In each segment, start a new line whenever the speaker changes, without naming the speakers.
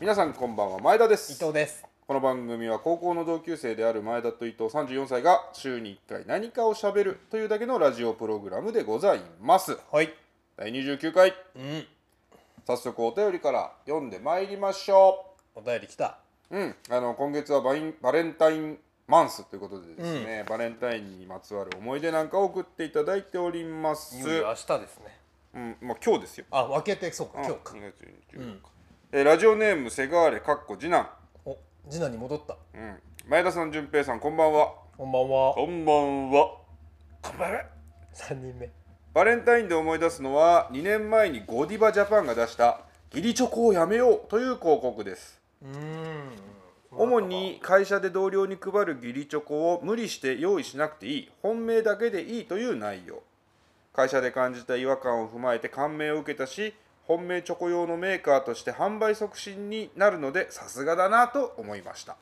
皆さんこんばんは前田です
伊藤です
この番組は高校の同級生である前田と伊藤34歳が週に1回何かをしゃべるというだけのラジオプログラムでございます
はい
第29回
うん
早速お便りから読んでまいりましょ
お便り来た
ううんあの今月はバインバレンタインマンスということでですね、バレンタインにまつわる思い出なんかを送っていただいております
いよいよ明日ですね
うんまあ、今日ですよ
あ分けてそうか今日か
2月29日、
うん
えーラジオネームセガーレかっこ次男、
お次男に戻った
うん、前田さん順平さんこんばんは
こんばんは
んばんはこんばんは
三人目
バレンタインで思い出すのは2年前にゴディバジャパンが出した「義理チョコをやめよう」という広告です
うーん
主に会社で同僚に配る義理チョコを無理して用意しなくていい本命だけでいいという内容会社で感じた違和感を踏まえて感銘を受けたし本命チョコ用のメーカーとして販売促進になるのでさすがだなと思いました、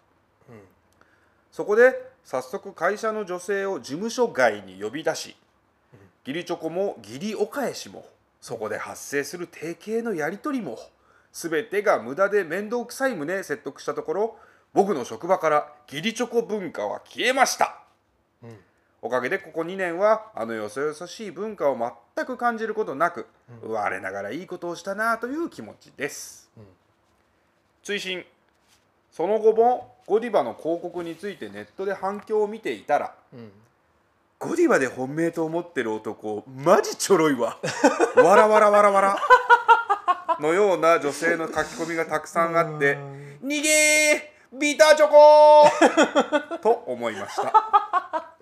そこで早速会社の女性を事務所外に呼び出し義理チョコも義理お返しもそこで発生する提携のやり取りも全てが無駄で面倒くさい旨説得したところ僕の職場から義理チョコ文化は消えました、おかげでここ2年はあのよそよそしい文化を全く感じることなく、我ながらいいことをしたなという気持ちです、追伸その後もゴディバの広告についてネットで反響を見ていたら
うん
ゴディバで本命と思ってる男マジちょろいわわらわらわらわらのような女性の書き込みがたくさんあって「逃げービターチョコー! 」と思いました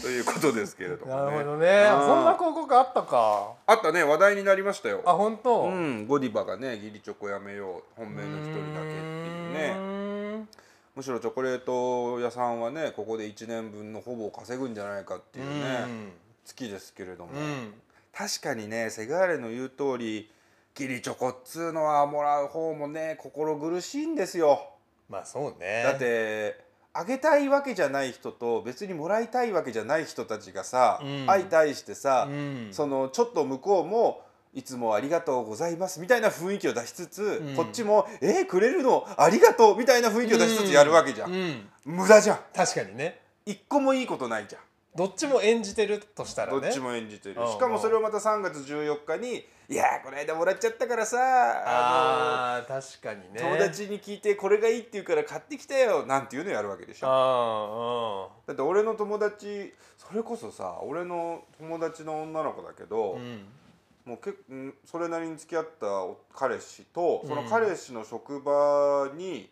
ということですけれども、ね、
なるほどね
うん
そんな広告あったか
あったね話題になりましたよ
あ本当
う
うん
んゴディバがね義理チョコやめよう本命の一人だけっていうね
ね
むしろチョコレート屋さんはねここで1年分のほぼ稼ぐんじゃないかっていううね
ん
月ですけれども、
うん
確かにねセガーレの言う通り義理チョコっつうのはもらう方もね心苦しいんですよ
まあそうね
だってあげたいわけじゃない人と別にもらいたいわけじゃない人たちがさ、
うん
相対してさ
う、ん
そのちょっと向こうもいつもありがとうございますみたいな雰囲気を出しつつ、
ん
こっちもえー、くれるのありがとうみたいな雰囲気を出しつつやるわけじゃん、
うん
無駄じゃん
確かにね
一個もいいことないじゃん
どっちも演じてるとしたら
ど
ね
っちも演じてる、
うんうん
しかもそれをまた3月14日に「いやーこの間もらっちゃったからさあ
ああ確かにね
の友達に聞いてこれがいいって言うから買ってきたよ」なんていうのやるわけでしょ
あ
だって俺の友達それこそさ俺の友達の女の子だけど、
あうん
もうけんそれなりに付き合ったお彼氏とその
うん
彼氏の職場に、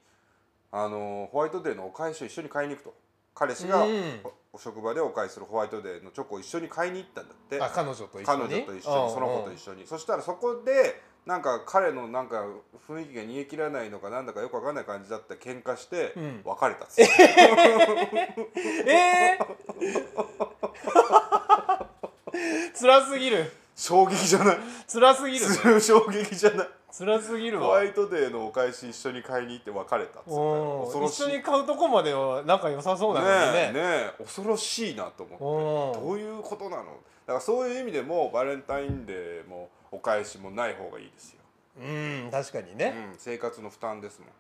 あのホワイトデーのお返しを一緒に買いに行くと彼氏がお,、
うん
職場でお返しするホワイトデーのチョコを一緒に買いに行ったんだって
あ彼女と一緒に
彼女と一緒にその子と一緒にそしたらそこでなんか彼のなんか雰囲気が煮え切らないのかなんだかよくわかんない感じだった喧嘩して
うん
別れたっつ って、
緒ええ 辛すぎる
衝撃じゃない
辛すぎるね
する衝撃じゃない
辛すぎる
ホ
わ
ワイトデーのお返し一緒に買いに行って別れたっつって
うん
恐ろしい
一緒に買うとこまでは仲良さそうなの
ねえね
にね
え恐ろしいなと思って
うん
どういうことなのだからそういう意味でもバレンタインデーもお返しもない方がいいですよ、
うん確かに
う
ね
ん、生活の負担ですもん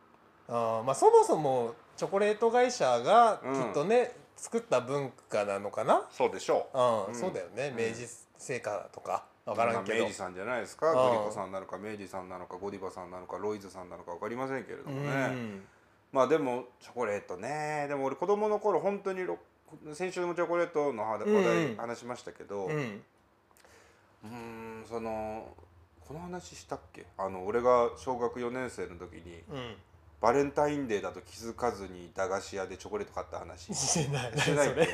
あーまあそもそもチョコレート会社が
うん
きっとね作った文化なのかな
そうでしょう
うんんそうだよね明治製菓とかわから
まあ
んけ
明
ど
治さんじゃないですか
うん
グリコさんなのか明治さんなのかゴディバさんなのかロイズさんなのか分かりませんけれど
う
もね、
ん
まあでもチョコレートねでも俺子供の頃本当にろ先週もチョコレートの話
うんうん
題話しましたけど、
うん
うーんそのこの話したっけあの俺が小学4年生の時に
うん
バレンタインデーだと気づかずに駄菓子屋でチョコレート買った 話し
してない何
てない
そ
っけ
れ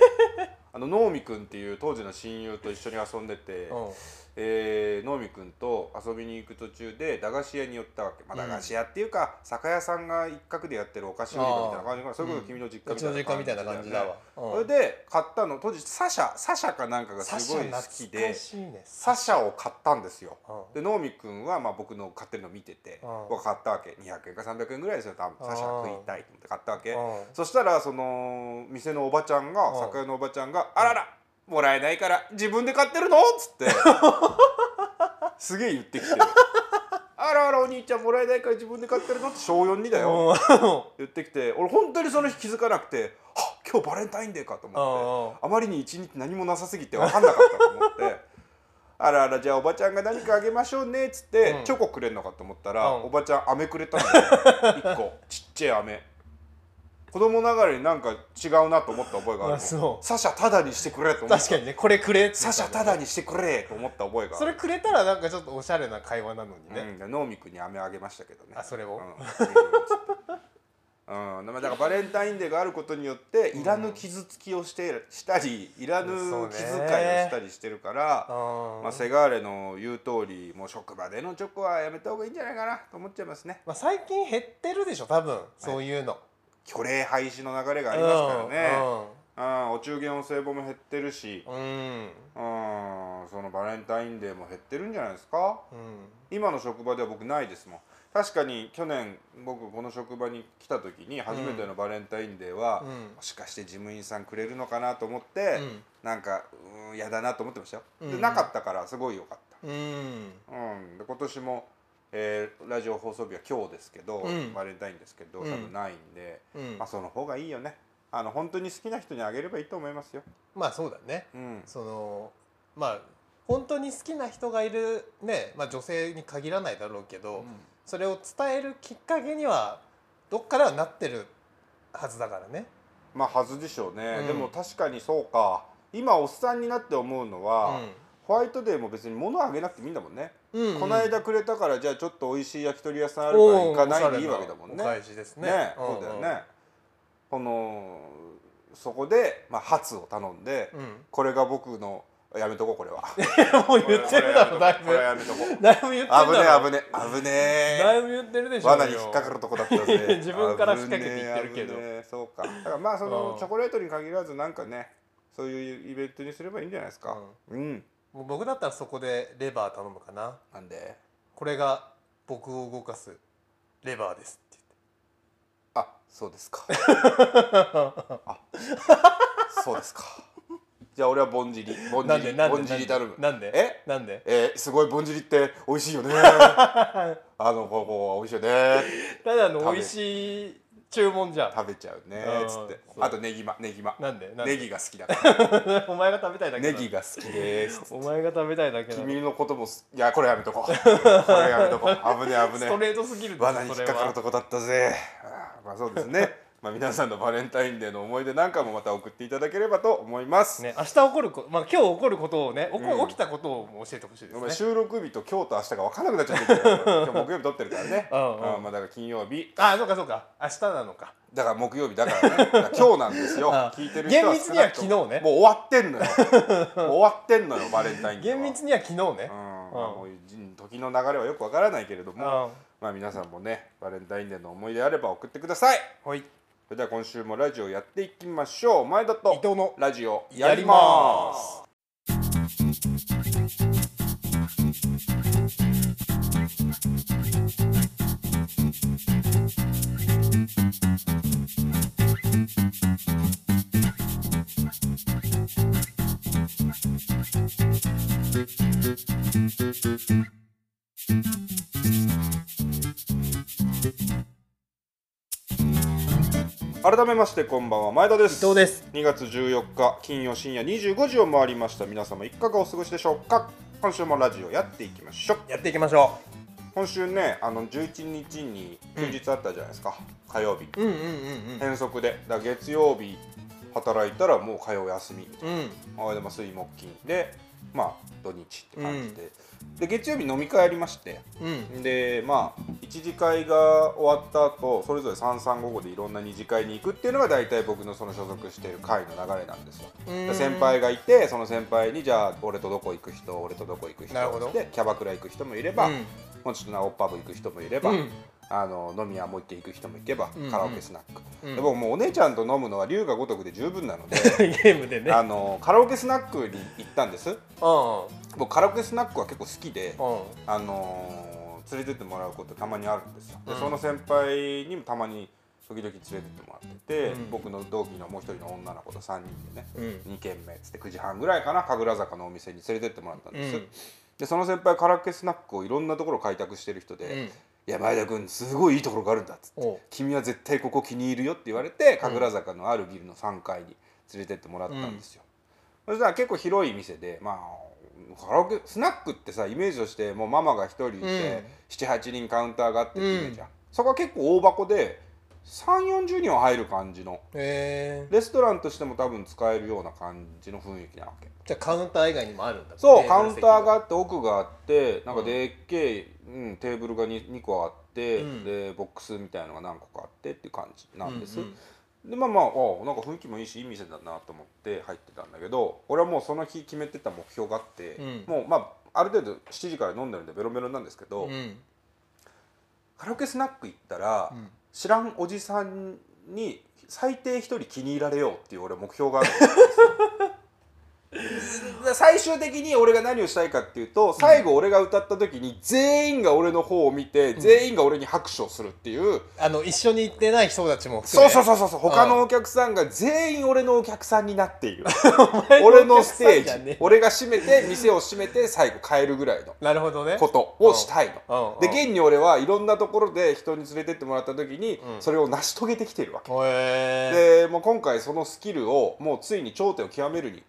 あの能見くんっていう当時の親友と一緒に遊んでて、
うん
えー、能見くんと遊びに行く途中で駄菓子屋に寄ったわけ、まあ、
う
駄
ん
菓子屋っていうか、酒屋さんが一角でやってるお菓子売り場みたいな感じかなそれこそ君の実
うちの実家
家
み
みた
た
いな
いな
感
感
じ
じ
だよ
だ
ね
わ
それで買ったの当時サシャサシャかなんかが
サ
す
シ
ごい
ャ
好きで
懐かしいね
サシャを買ったんですよ
うん
で能見くんはまあ僕の買ってるの見てて
うん
僕買ったわけ200円か300円ぐらいですよ多分
うん
サシャ食いたいと思って買ったわけ
うん
そしたらその店のおばちゃん
う
が
ん
酒屋のおばちゃんが「あららもらえないから自 分で買ってるの?」っつってすげえ言ってきて「あらあらお兄ちゃんもらえないから自分で買ってるの?」って小4にだよ
う
言ってきて俺本当にその日気づかなくて「はっ今日バレンタインデーか」と思ってあまりに一日何もなさすぎて分かんなかったと思って 「あらあらじゃあおばちゃんが何かあげましょうね」っつって、
うん
チョコくれんのかと思ったら、
うん
おばちゃん飴くれたんだ よ一個ちっちゃい飴子供ながらになんか違うなと思った覚えがある
あそう
サシャタダにしてくれと思っ
ん
た
確かにねこれくれって言
サ
っ
シ
た
ャ
んだ
タ
よ
ダにしてくれと思った覚えがあ
そ
る
れくれたらなんかちょっとおしゃれな会話なのにね、
うん、ノーミクに飴あげましたけどね
あそれを
うんうんうんまあだからバレンタインデーがあることによっていらぬ傷つきをしてしたりいらぬ気遣いをしたりしてるから、
あー
まあ、セガーレの言う通りもう職場でのチョコはやめた方がいいんじゃないかなと思っちゃいますね
まあ、最近減ってるでしょ多分そういうの、
虚礼廃止の流れがありますからね、うん、お中元お歳暮も減ってるし、
うんうん、
うん、そのバレンタインデーも減ってるんじゃないですか
うん
今の職場では僕ないですもん確かに去年僕この職場に来た時に初めてのバレンタインデーは、
うん
もしかして事務員さんくれるのかなと思って、
うん
なんかうーん嫌だなと思ってましたよ、
うん
でなかったからすごい良かっ
うん
た、うん、で今年も、えーラジオ放送日は今日ですけど、
うん
バレンタインですけど多
うん
分ないんで、
うん
まあ、その方がいいよねあの本当に好きな人にあげればいいと思いますよ、
まあそうだね
うん、
そのまあ本当に好きな人がいるね、まあ、女性に限らないだろうけど、それを伝えるきっかけにはどっからはなってるはずだからね
まあはずでしょうね、
うん
でも確かにそうか今おっさんになって思うのは、ホワイトデーも別に物あげなくてもいいんだもんね、
うん、うん
この間くれたからじゃあちょっと美味しい焼き鳥屋さんあるから行かないでいいわけだもんね
お返しですね
ねそうだよね、このそこで、まあ、ハツを頼んで、
うん、うん
これが僕のやめとこうこ れは
もう言ってるだろだい
これ
ぶ
やめとこうこれ
だいぶ言ってるだろ
やめとこう危ねえ危ねえ危ね
だ
え
いぶ言ってるでしょ
罠に引っかかるとこだったぜ
自分から仕掛けて言ってるけど
危ねえ危ねえそうかだからまあその
うん
チョコレートに限らずなんかねそういうイベントにすればいいんじゃないですかうん、
もう僕だったらそこでレバー頼むかな
なんで
これが僕を動かすレバーですって
あそうです かあそうですかじゃあ俺はぼんじりぼん
言
じ
って
り
なんでなん
ぼ
で
んじり頼む
なんで
え
なんで
えーすごいぼんじりって美味しい よねあのここ美味しいよね
ただの美味しい注文じゃん
食べちゃうね
うん
つって
そう
あとネギまネギま
なんでなん
ネ
で
ギが好きだ から
お前が食べたいだけ
ネ
だ
ギが好きです
お前が食べたいだけだ
君のこともすいやこれやめ とこうこれやめとこう危ねえ危
スト
ね
レートすぎる
え
でしょ
罠に引っ
それ
かかる
は
とこだったぜあーまあそうですねまあ皆さんのバレンタインデーの思い出なんかもまた送っていただければと思います、
ね明日起こるこまあ今日起こることをね起
う
こ
ん
起きたことをもう教えてほしいで
ごめん
すね
収録日と今日と明日が分からなくなっちゃってるから今日木曜日撮ってるからね
うんうん
あまあだから金曜日
あそうかそうか明日なのか
だから木曜日だから,、ね、だか ら今日なんですよ
あ
聞いてる人は少なくとも
厳密には昨日ね
もう終わってんのよもう終わってんのよバレンタインデーは
厳密には昨日ね
うん
ん
まあもう時の流れはよく分からないけれど
うん
もまあ皆さんもねバレンタインデーの思い出あれば送ってください
ほい伊
それでは今週もラジオやっていきましょう前田と
藤の
ラジオや
や
り
り
ま
ますす
改めましてこんばんは前田です
伊藤です
2月14日金曜深夜25時を回りました皆様いかがお過ごしでしょうか今週もラジオやっていきましょう
やっていきましょ
今週ねあの11日に休日あったじゃないですか、火曜日
ううんうんうん
変則でだから月曜日働いたらもう火曜休み
うんうん
あでも水木金でまあ土日って感じで、で月曜日飲み会ありまして
うん
でまあ一次会が終わった後それぞれ3355でいろんな二次会に行くっていうのが大体僕のその所属している会の流れなんですよ
うーん
で先輩がいてその先輩にじゃあ俺とどこ行く人俺とどこ行く人
なるほど
でキャバクラ行く人もいれば、
うん
もうちょっとなおっパブ行く人もいれば、
うん
あの飲み屋もう一軒行く人もいけば、
うんうん
カラオケスナック、
うん
でももうお姉ちゃんと飲むのは龍が如くで十分なので
ゲームでね
あのカラオケスナックに行ったんです
うん
僕カラオケスナックは結構好きで、
うん
あのー連れてってもらうことたまにあるんですよで、
うん
その先輩にもたまに時々連れてってもらってて、
うん
僕の同期のもう一人の女の子と3人でね、
うん
2軒目っつって9時半ぐらいかな神楽坂のお店に連れてってもらったんです、
うん
でその先輩カラオケスナックをいろんなところ開拓してる人で、
うん
いや前田君すごいいいところがあるんだ」っつって
おう
「君は絶対ここ気に入るよ」って言われて神楽坂のあるビルの3階に連れてってもらったんですよ。そしたら結構広い店でまあカラオケスナックってさイメージとしてもうママが1人いて、
うん
78人カウンターがあってってイメージじゃん、そこは結構大箱で3 4 0人は入る感じの
へえ
レストランとしても多分使えるような感じの雰囲気なわけ
じゃあカウンター以外にもあるんだ
そう
テ
カ
ー
ウ
ブル
ン
席
ターがあって奥があってなんか
うん
でっけえ、うんテーブルが 2, 2個あって、
うん
でボックスみたいのが何個かあってっていう感じなんです、
うう
でまあまああなんか雰囲気もいいしいい店だなと思って入ってたんだけど俺はもうその日決めてた目標があって、
うん
もうまあある程度7時から飲んでるんでベロベロなんですけど、
うん
カラオケスナック行ったら、
うん
知らんおじさんに最低一人気に入られようっていう俺は目標がある 最終的に俺が何をしたいかっていうと最後俺が歌った時に全員が俺の方を見て全員が俺に拍手をするっていう、
あの一緒に行ってない人たちも含
そう
め
そうそうそうそう他のお客さんが全員俺のお客さんになってい る俺のステ
お客さん
ー
じゃ
ジ
ね
俺が閉めて店を閉めて最後帰るぐらいの
なるほどね
ことをしたいの。
うんうん
で現に俺はいろんなところで人に連れてってもらった時に
うん
それを成し遂げてきてるわけ、
へえ
でもう今回そのスキルをもうついに頂点を極めるに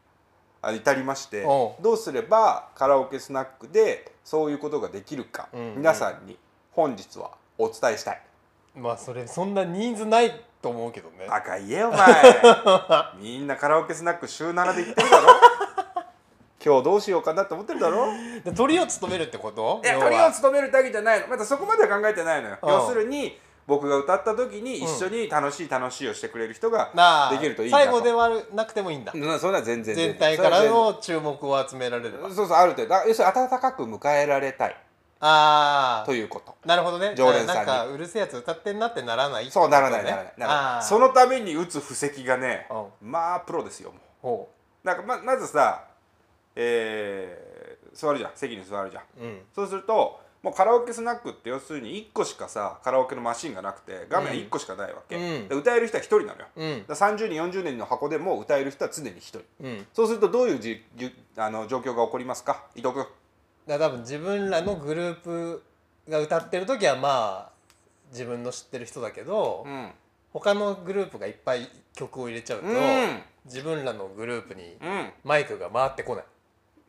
あ至りまして
おう
どうすればカラオケスナックでそういうことができるか、
うんうん
皆さんに本日はお伝えしたい
まあそれそんなニーズないと思うけどね
バカ言えよ お前みんなカラオケスナック週7で行ってるだ ろ今日どうしようかなって思ってるだろ
で鳥を務めるってこと
いや
要は
鳥を務めるだけじゃないのまだそこまでは考えてないのよ
うん
要するに僕が歌った時に
うん
一緒に楽しい楽しいをしてくれる人が
なあ
できるといいなと
最後ではなくてもいいんだ
なそれは全然
全体からの注目を集められれ
それ
ば
は全然そうそうある程度あ要するに温かく迎えられたい
あ
ということ
あなるほどね
常連さんに
なんかうるせえやつ歌ってんなってならない
そうならない
って
なら
こ
な
と
い
ね
ならない
あー
そのために打つ布石がね
うん
まあプロですよもう
ほ
なんかままずさえー座るじゃん席に座るじゃん
ううん
そうするともうカラオケスナックって要するに1個しかさカラオケのマシンがなくて画面1個しかないわけ、
うん
で歌える人は1人なのよ、
うん
だから30人40人の箱でも歌える人は常に1人
うん
そうするとどういうじじあの状況が起こりますか伊藤君
だから多分自分らのグループが歌ってる時はまあ自分の知ってる人だけど、
うん
他のグループがいっぱい曲を入れちゃうと、
うん
自分らのグループに
うん
マイクが回ってこない、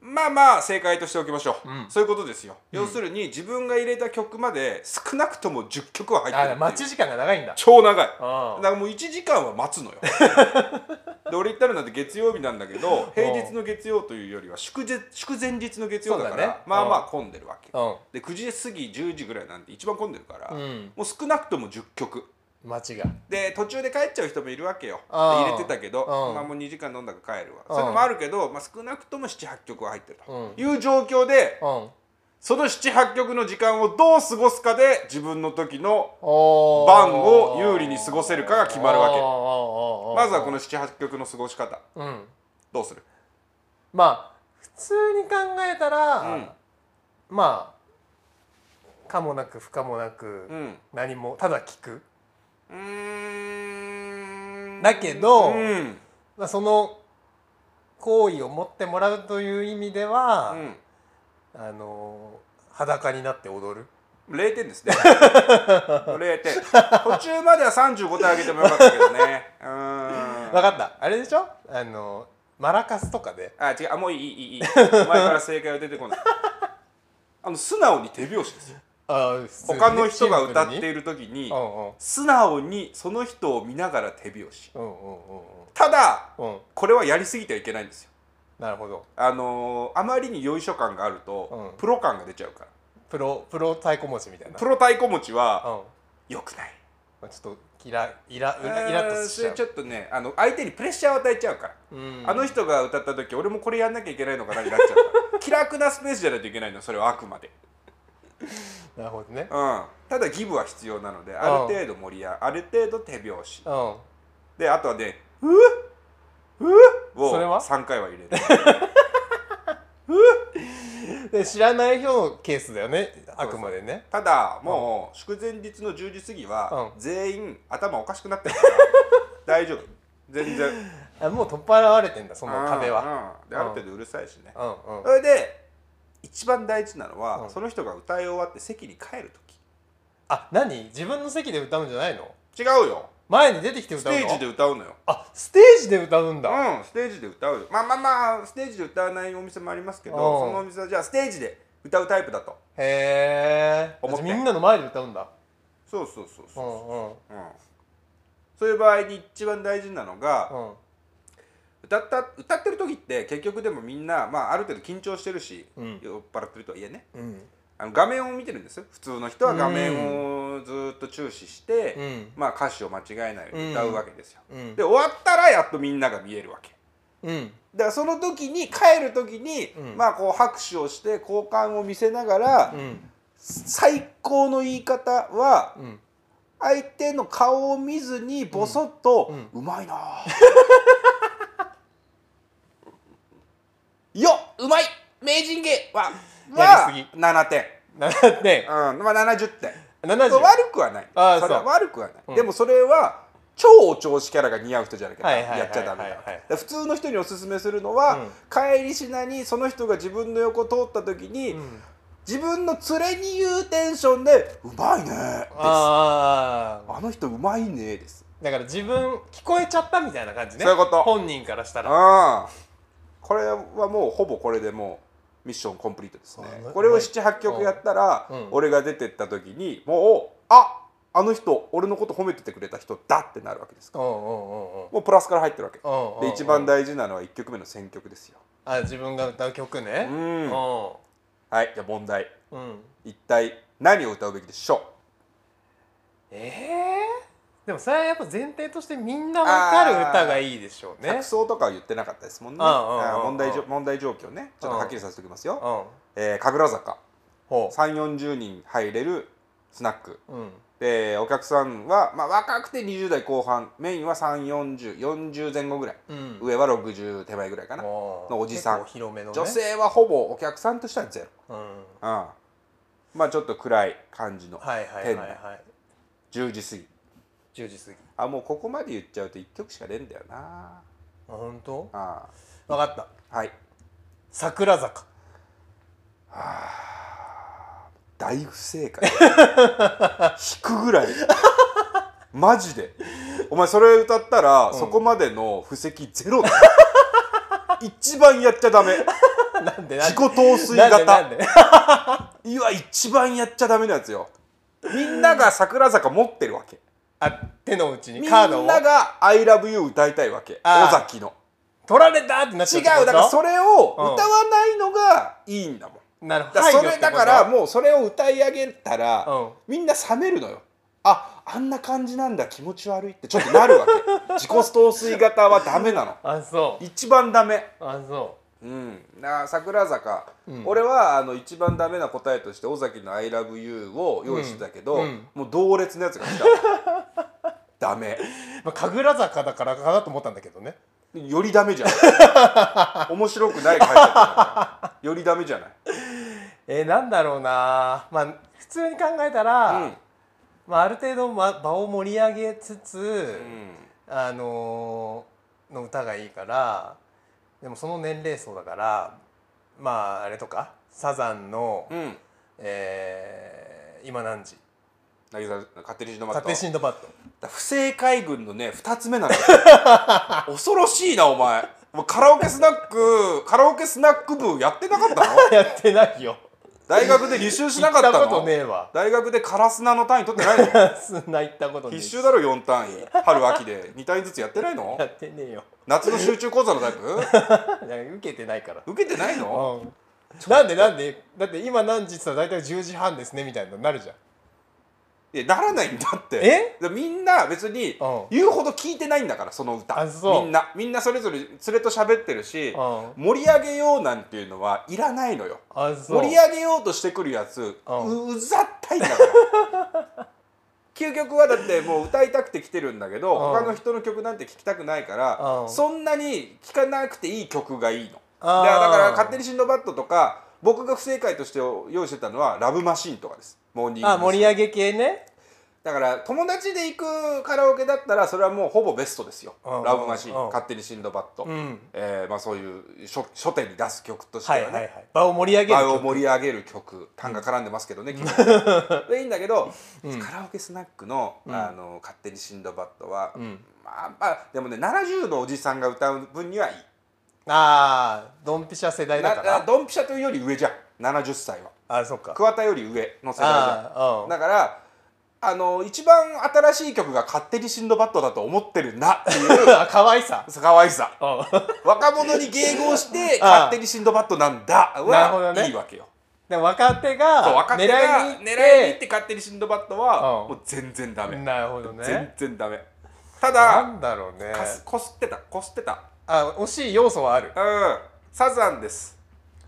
まあまあ正解としておきましょう、
うん
そういうことですよ、要するに自分が入れた曲まで少なくとも10曲は入ってる
あ待ち時間が長いんだ
超長い
あ
だ
あ
からもう1時間は待つの よで俺行ったのなんて月曜日なんだけど平日の月曜というよりは祝日祝前日の月曜だか
そ
ら
うだね
まあまあ混んでるわけ
う
で9時過ぎ10時ぐらいなんて一番混んでるから、
ん、
も
うん、
う少なくとも10曲
待ちが
で途中で帰っちゃう人もいるわけよで
あー
入れてたけど
うん
まあもう2時間飲んだから帰るわ
う
そ
ん
ういうのもあるけど、まあ、少なくとも78曲は入ってると
う
いう状況で
うん
その78曲の時間をどう過ごすかで自分の時の
おー
番を有利に過ごせるかが決まるわけ
おーおーおーおー
まずはこの78曲の過ごし方
うん
どうする
まあ普通に考えたら、
うん
まあかもなく不可もなく、
うん
何もただ聞く、
うーん
だけど
うん
まあ、その好意を持ってもらうという意味では、あの裸になって踊る
うん、0点 ですね0点途中までは35点あげてもよかったけどねうーん
分かったあれでしょあのマラカスとかで
あ違うあもういいいいいいいい前から正解は出てこないあの素直に手拍子ですよ
あー普通にね
他の人が歌っ
シンプ
て
ル
いる時に
にうんうん
素直にその人を見ながら手拍子
うんうん
ただ
うんうんうん
これはやりすぎてはいけないんですよ
なるほど
あのーあまりによいしょ感があると、
うん
プロ感が出ちゃうから
プロプロ太鼓持ちみたいな
プロ太鼓持ちは
うん
良くない
まあ、ちょっとイライライライラっとしち
あーそれ
ゃう
ちょっとねあの相手にプレッシャーを与えちゃうから、
うん
あの人が歌った時俺もこれやんなきゃいけないのかなになっちゃう から気楽なスペースじゃないといけないのそれはあくまで、
なるほどね
うん、ただギブは必要なのである程度盛り上ある程度手拍子
うん
であとはね「うう
それ
を
は
3回は入れる
で知らない人のケースだよねあくまでね
ただもう祝前日の10時過ぎは
うん
全員頭おかしくなってる から大丈夫全然
あもう取っ払われてんだその壁は
は、うんである程度うるさいしね、
うんうん
それで一番大事なのは、
うん
その人が歌い終わって席に帰る時
あ何自分の席で歌うんじゃないの
違うよ
前に出てきて
ス
歌うの
テージで歌うのよ
あステージで歌うんだ、
うんステージで歌うよまあまあまあステージで歌わないお店もありますけど
うん
そのお店はじゃあステージで歌うタイプだと
へえ
思って
みんなの前で歌うんだ
そうそうそう
う
そ
んうんうん
う、うん、そういう場合に一番大事なのが、歌った歌ってる時って結局でもみんな、まあ、ある程度緊張してるし、
うん
酔っ払ってるとはいえね
うん
あの画面を見てるんですよ普通の人は画面をずっと注視して、
うん
まあ、歌詞を間違えないように歌うわけですよ、
うん
で終わったらやっとみんなが見えるわけ
うん
だからその時に帰る時に、
うん
まあこう拍手をして好感を見せながら、
うん
最高の言い方は
うん
相手の顔を見ずにボソッと
うん
「うまい なあ」よっうまい名人芸 は」は
やりす
7点、
7点
うんまあ、70点
70
悪くはない
あー
それは
そう
悪くはない、
うん
でもそれは超お調子キャラが似合う人じゃなきゃ
はいはいはい
やっちゃダメだ,、
はいはい
普通の人におすすめするのは、帰りしなにその人が自分の横通った時に、
うん
自分の連れに言うテンションで「うまいね」です
ああ
あの人うまいねです。
だから自分聞こえちゃったみたいな感じね
そういうこと
本人からしたら
ああ。これはもうほぼこれでもうミッションコンプリートですね
あうま。い
これを7、8曲やったら、
うん
俺が出てった時にもう、ああの人、俺のこと褒めててくれた人だってなるわけですか
うんうんうんうん
ら。もうプラスから入ってるわけ。
うんうんう
で、
ん
一番大事なのは1曲目の選曲ですよ。
あ自分が歌う曲
う。
ねうん
はい、じゃあ問題。
うん
一体何を歌うべきでしょ
えー、でもそれはやっぱ前提としてみんなわかる歌がいいでしょう
う
ね
着想とかは言ってなかったですもんね。
うんうんうんうん
ああ問題じょ問題状況ね。ちょっとはっきりさせておきます
うん
よ。えー、神楽坂。
ほ
3 4 0人入れるスナック
ううん
でお客さんは、まあ、若くて20代後半メインは34040前後ぐらい
うん
上は60手前ぐらいかな、の
の
おじさん
結構広めの、ね、
女性はほぼお客さんとしてはゼロ、
うん
うん、まあちょっと暗い感じの
はいはいはいはい
10時過ぎ
10時過ぎ
あもうここまで言っちゃうと1曲しか出んだよな
あ本当
あ
分かった
あはい
桜坂
大不正解引くぐらいマジでお前それ歌ったら、
うん
そこまでの布石ゼロだ一番やっちゃダメ
なんでなん
自
で
己陶酔
なんでな
型
んで
いわ一番やっちゃダメなやつよみんなが桜坂持ってるわけ
あ手のうち
み
に
ん
カードを
なが「ILOVEYOU」歌いたいわけ
あ
尾
ー
崎の
取られたってなっち
違
ゃ
う
った
だからそれを
うん
歌わないのがいいんだもん
なるほど
だからそ
配慮っ
れ
て
だ
こと
からもうそれを歌い上げたら、
うん
みんな冷めるのよああんな感じなんだ気持ち悪いってちょっとなるわ け自己陶酔型はダメなの
あそう
一番ダメ
あそ
うんだから桜坂、
うん
俺はあの一番ダメな答えとして尾崎の「ILOVEYOU」を用意してたけど、
うんうん
もう同列のやつが来たわ ダメ
う、まあ、神楽坂だからかなと思ったんだけどね
よりダメじゃない面白くない書いてあったからよりダメじゃ ない
えー、なんだろうなまあ普通に考えたら、
うん
まあ、ある程度、ま、場を盛り上げつつ、
うん
あのーの歌がいいからでもその年齢層だからまああれとかサザンの「
うん
えー今何時」
渚勝手に死の
「勝手にシンドバッド
だ不正海軍のね2つ目なのよ 恐ろしいなお前もうカラオケスナックカラオケスナック部やってなかったの」
やってないよ
大学で履修しなかったの
行ことねえわ
大学でカラスナの単位取ってないの
すんな行ったことねえ
必修だろ4単位春秋で2単位ずつやってないの
やってねえよ
夏の集中講座のタイプ
受けてないから
受けてないの
うんなんでなんでだって今何時って言ったら大体10時半ですねみたいなのなるじゃん
いやならないんだって
え
でみんな別に
うん
言うほど聞いてないんだからその歌
あそう
みんなみんなそれぞれ連れと喋ってるし
うん
盛り上げようなんていうのはいらないのよ
あそう
盛り上げようとしてくるやつ
う
うんざったいんだから 究極はだってもう歌いたくて来てるんだけど
うん
他の人の曲なんて聴きたくないから
うん
そんなに聴かなくていい曲がいいのだ
あー
からだから勝手にシンドバッドとか僕が不正解として用意してたのは「ラブマシーン」とかですモーニング
あ盛り
娘
上げ系ね
だから友達で行くカラオケだったらそれはもうほぼベストですよ「
うん
ラブマシーン
う」ん
勝手にシンドバッド」
うん
えーまあ、そういう書書店に出す曲として
は
はいね、
はいはい場を盛り上げる
場を盛り上げる曲単が絡んでますけどね、基 本でいいんだけど、
うん
カラオケスナックの「
うん
あの勝手にシンドバッドは」
うん
まあまあでもね70のおじさんが歌う分にはいい
ああドンピシャ世代だ
な
か
な
ら
ドンピシャというより上じゃん70歳は
あそっか
桑田より上の世代じゃん
ああ
だからあの一番新しい曲が「勝手にシンドバッド」だと思ってる なっていう
うん可愛さ
可愛さ
うん
若者に迎合して
ああ
勝手にシンドバッドなんだ
なるほど
は
ね
いいわけよ。
でも若手が
そう若手が狙いに行って勝手にシンドバッドは
うん
もう全然ダメ、
なるほどね
全然ダメた
な
だ
んだろうね
かすこすってたこすってた
あ惜しい要素はある
うんサザンです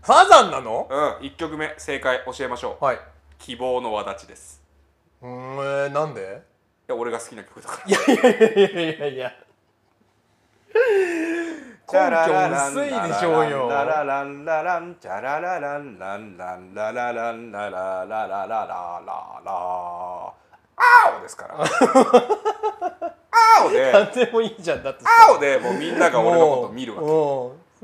サザンなの
うん1曲目正解教えましょう
はい
希望の輪立ちです
うーんえーなんで
いや俺が好きな曲だから
いやいやいやいやいや根拠薄いでしょうよ
ララランラランチャララランランランララランララララララララあおですから。あおで、
なんでもいいじゃんだって
あおでもうみんなが俺のこと見るわけ。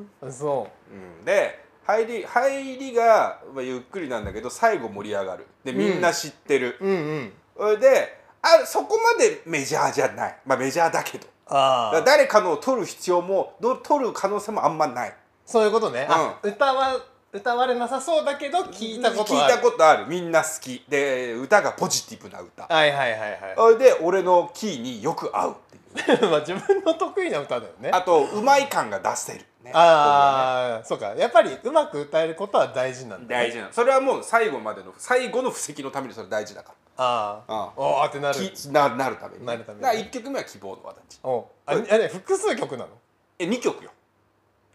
けそ
うんで入り入りがまあゆっくりなんだけど最後盛り上がる。でみんな知ってる。
ううんう
そ
ん
れであそこまでメジャーじゃない。まあメジャーだけど。だ
あ
から
あ
誰かのを取る必要もど取る可能性もあんまない。
そういうことね、あ歌は歌われなさそうだけど聞いたことあ
聞い
る
たことあるみんな好きで歌がポジティブな歌
はいはいはいはい
それで俺のキーによく合うっていう
まあ自分の得意な歌だよね
あとうまい感が出せるね
ああそうかやっぱりうまく歌えることは大事なんだ、ね、
大事なのそれはもう最後までの最後の布石のためにそれ大事だか
あ
あ
あ
あ
おーって
ら
なる
きななるために
なるために
だから1曲目は希望の輪立ち
おうあにあれ複数曲なの
え2曲よ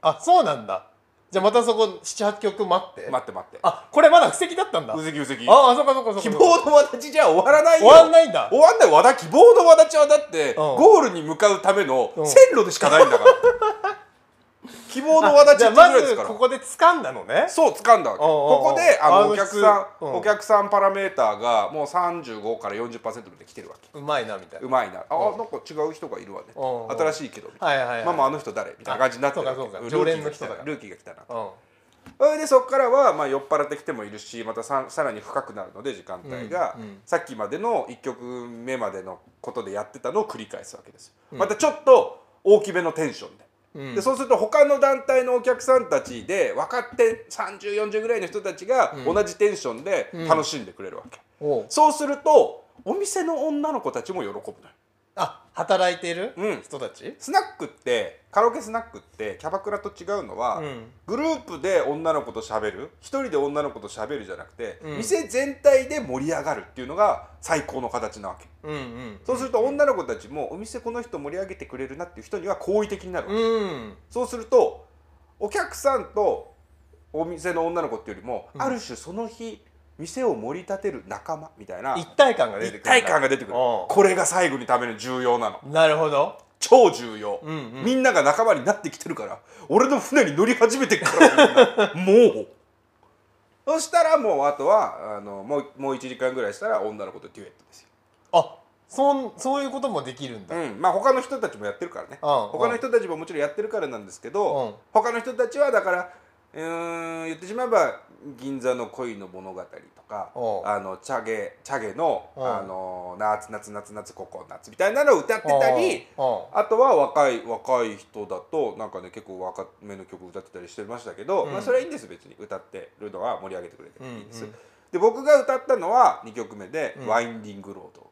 あそうなんだじゃあまたそこ78曲待って、
待って待って
あこれまだ布石だったんだ
うずきうずき
ああそうかそうかそう
希
か
望の輪立ちじゃ終わらない
終
よ
わんないんだ
終わんない輪立希望の輪立ちはだってゴールに向かうための
うん
線路でしかないん だから希望の輪立
じ
ち
ゃ
って
あ
ぐら
ま
いです
ず
から
ここで掴んだのね
そう掴んだわけ
おうおうおう
ここであ
あ
の
の
お客さん、
普通うん
お客さんパラメーターがもう35から40%まで来てるわけ
うまいなみたいうな
まいなあ、なんか違う人がいるわね
おうおう
新しいけどみたい
はいはい、は、
ないママあの人誰みたいな感じになってるわけ
そうかそうか
ん
常連の人だ
ルーキーが来たなルーキーが来たなそ
うん
れでそこからはまあ酔っ払ってきてもいるしまたささらに深くなるので時間帯が、
うんうん
さっきまでの1曲目までのことでやってたのを繰り返すわけですよ、またちょっと大きめのテンションで。
うん
でそうすると他の団体のお客さんたちで若手3040ぐらいの人たちが
うん
同じテンションで楽しんでくれるわけ、
おう
そうするとお店の女の子たちも喜ぶのよ
あ働いてる
うん
人たち、
スナックってカラオケスナックってキャバクラと違うのは、
うん
グループで女の子と喋る一人で女の子と喋るじゃなくて、
うん
店全体で盛り上がるっていうのが最高の形なわけ
うんうん
そうすると女の子たちもお店この人盛り上げてくれるなっていう人には好意的になるわけ
うん
そうするとお客さんとお店の女の子っていうよりも、
うん
ある種その日店を盛り立てる仲間みたいな
一体感が出て
一
くる
体感が出てくる
お
これが最後にための重要なの
うなるほど
超重要、
うんうん
みんなが仲間になってきてるから俺の船に乗り始めてっからみんなもう そしたらもうあとはあのもうもう1時間ぐらいしたら女の子とデュエットですよ、
あそんそういうこともできるんだ、
うん、まあ他の人たちもやってるからね
うん
他の人たちももちろんやってるからなんですけど、
うん
他の人たちはだからうーん言ってしまえば「銀座の恋の物語」とか
お
「
う
あのチャゲチャゲの
おう
あの夏夏夏夏ココナッツ」みたいなのを歌ってたり
うんうん
あとは若い若い人だとなんかね結構若めの曲歌ってたりしてましたけど、
うん
まあ、それはいいんです別に歌ってるのは盛り上げてくれていいんです。
うんうん
で僕が歌ったのは2曲目で「
うん
ワインディングロード」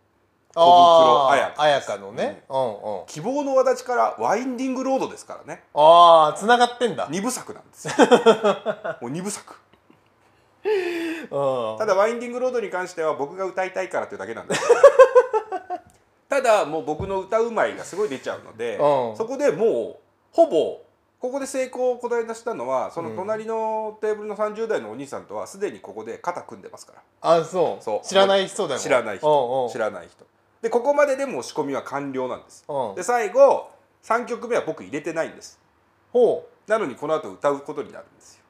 小袋
あ
綾香です
あ綾香のね、うんうん
希望の輪立ちから「ワインディングロード」ですからね。
ああ繋がってんだ、
二部作なんですよ もう二部作
うん、
ただ「ワインディングロード」に関しては僕が歌いたいからというだけなんです ただもう僕の歌うまいがすごい出ちゃうので、
うん
そこでもうほぼここで成功をこの間したのはその隣のテーブルの30代のお兄さんとはすでにここで肩組んでますから
あそう
そう
知らない人だよ
知らない人知らない人でここまででもう仕込みは完了なんです
うんうん
で最後3曲目は僕入れてないんです
ほう
なのにこの後歌うことになるんですよ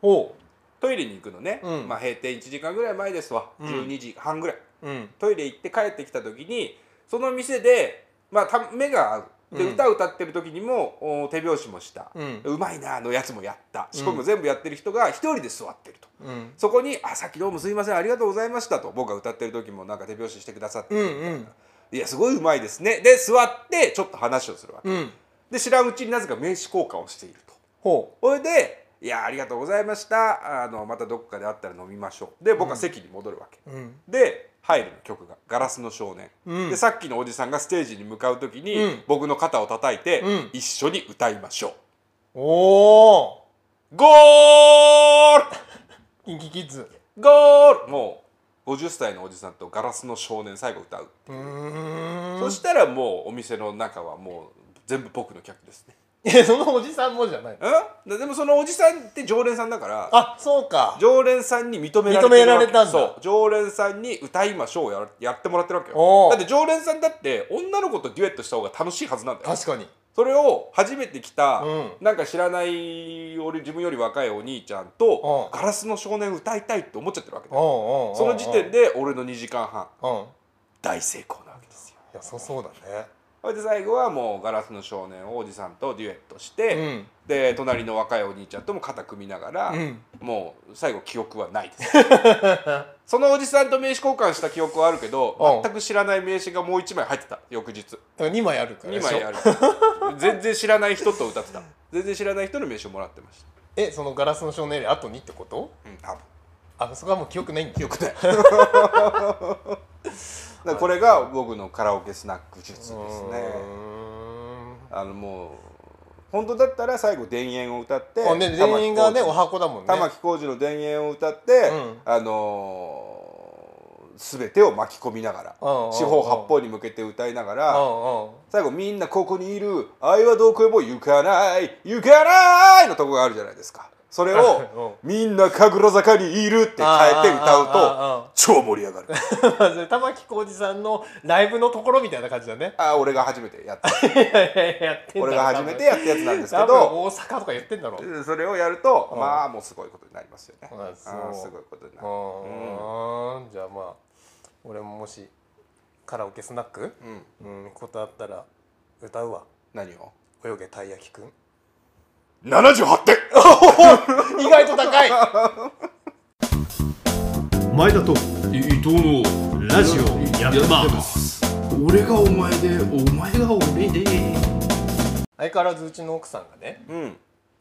ほ
トイレに行くのね、
うん
まあ、閉店1時間ぐらい前ですわ、
うん
12時半ぐらい
うん
トイレ行って帰ってきた時にその店で、まあ、た目が合うで
うん
歌歌ってる時にも、お手拍子もした、
うん
うまいなあのやつもやった仕込みも全部やってる人が一人で座ってると。
うん
そこに「あさっきどうもすいませんありがとうございました」と僕が歌ってる時もなんか手拍子してくださって「
うんうん
いやすごいうまいですね」で座ってちょっと話をするわけ
うん
で知らんうちになぜか名刺交換をしていると
ほ
それで「いやありがとうございましたあのまたどこかで会ったら飲みましょう」で僕は席に戻るわけ、
ううん
で入るの曲が「ガラスの少年」
うん
でさっきのおじさんがステージに向かう時に、
うん
僕の肩を叩いて、
うん
一緒に歌いましょう」
おお
ゴール
キンキキッズ
ゴールもう50歳のおじさんと「ガラスの少年」最後歌う
うーん
そしたらもうお店の中はもう全部僕の客ですね。
いやそのおじさんもじゃない
うん、でもそのおじさんって常連さんだから
あそうか
常連さんに認められてるわけ
認められたんだ
そう常連さんに歌いましょうやらやってもらってるわけよ
お
だ
ー
って常連さんだって女の子とデュエットした方が楽しいはずなんだよ
確かに
それを初めて来た、
う
なんか知らない俺自分より若いお兄ちゃんと「
うん
ガラスの少年」歌いたいって思っちゃってるわけだよ
おうおうおう
その時点
で
で俺の2時間半
うんい
大成功なわけですよ
やそうそうだね
それで最後はもう「ガラスの少年」をおじさんとデュエットし
う
て、
ん
で隣の若いお兄ちゃんとも肩組みながら、もう最後記憶はない ですそのおじさんと名刺交換した記憶はあるけど
うん
全く知らない名刺がもう1枚入ってた翌日
うん2枚あるから
2
でしょ
枚ある全然知らない人と歌ってた全然知らない人の名刺をもらってまし
えそのガラスの少年より後にってこと
たうん多分
あそこはもう記憶ないんだ記憶ない
だからこれが僕のカラオケスナック術ですねあのもう本当だったら最後「田園」を歌って
あね全員がねお箱だもんね
玉置浩二の「田園」を歌って、
うん
あのー、全てを巻き込みながら
うんうんうん
四方八方に向けて歌いながら
うんうん
最後「みんなここにいる愛はどこへも行かない行かない!」のとこがあるじゃないですかそれ を「みんな神楽坂にいる」って変えて歌うと
と
超盛り 上がる
玉置浩二さんのライブのところみたいな感じだね
あー俺が初めて やった
い やいやいややってんだろ
俺が初めてやったやつなんですけ
多
ど
分大阪とか言ってんだろう
うんそれをやると、
うん
まあもうすごいことになりますよね。
あそ
あ
う
ーすごいことになる。
ーんじゃあまあ俺ももしカラオケスナック
うん、
うんことあったら歌うわ
何を
泳げたい焼き くん
?78 点
意外と高い
前田と
伊藤の
ラジオやってます
俺がお前でお前が俺で
相変わらずうちの奥さんがね
うん、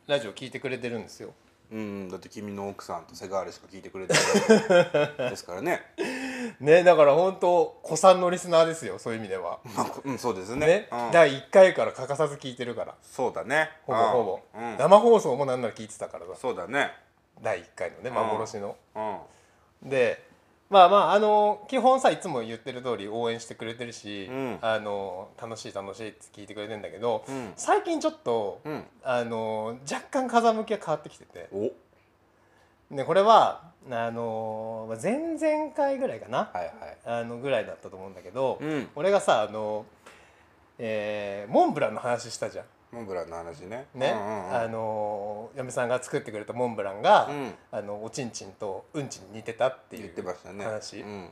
ラジオ聞いてくれてるんですよ
うん、だって君の奥さんとセガールしか聞いてくれてない ですからね。
ねだから本当子さんのリスナーですよそういう意味では
まあ、うん、そう ですね。
ね、
うん
第1回から欠かさず聞いてるから
そうだね。
ほぼほぼ、
うんうん
生放送もなんなら聞いてたからさ
そうだね。
第1回のね幻の、
うん、
でまあまああの基本さいつも言ってる通り応援してくれてるし、
うん
あの楽しい楽しいって聞いてくれてんだけど、
うん
最近ちょっと、
うん、
あの若干風向きが変わってきてて
お、
でこれはあのまあ前々回ぐらいかな、
はいはい。
あのぐらいだったと思うんだけど、
うん
俺がさあの、えーモンブランの話したじゃん。
モンブランの話ね。
ね、
うんうんうん
あのー嫁さんが作ってくれたモンブランが、
うん
あのおちんちんとうんちに似てたっていう
言ってましたね。
話、
うん、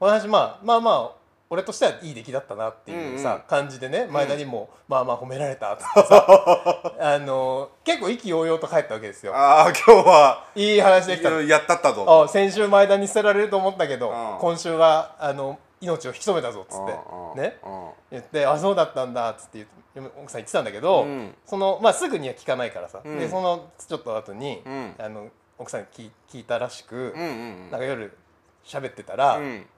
お話まあまあまあ俺としてはいい出来だったなっていうさ、
うんうん
感じでね前田にも、まあまあ褒められたっつって さあのー結構意気揚々と帰ったわけですよ
ああ、今日はい
い話できた
いややったったぞ。
あ先週前田に捨てられると思ったけど、
うん
今週はあの命を引き留めたぞっつっ
うんうん
てね
うん
言って「あそうだったんだ」っつって言って嫁奥さん言ってたんだけど、
うん
そのまあ、すぐには聞かないからさ、
うん
でそのちょっと後に、
うん
あの奥さんに聞い聞いたらしく、
うんうん
なんか夜喋ってたら、
うん。うん。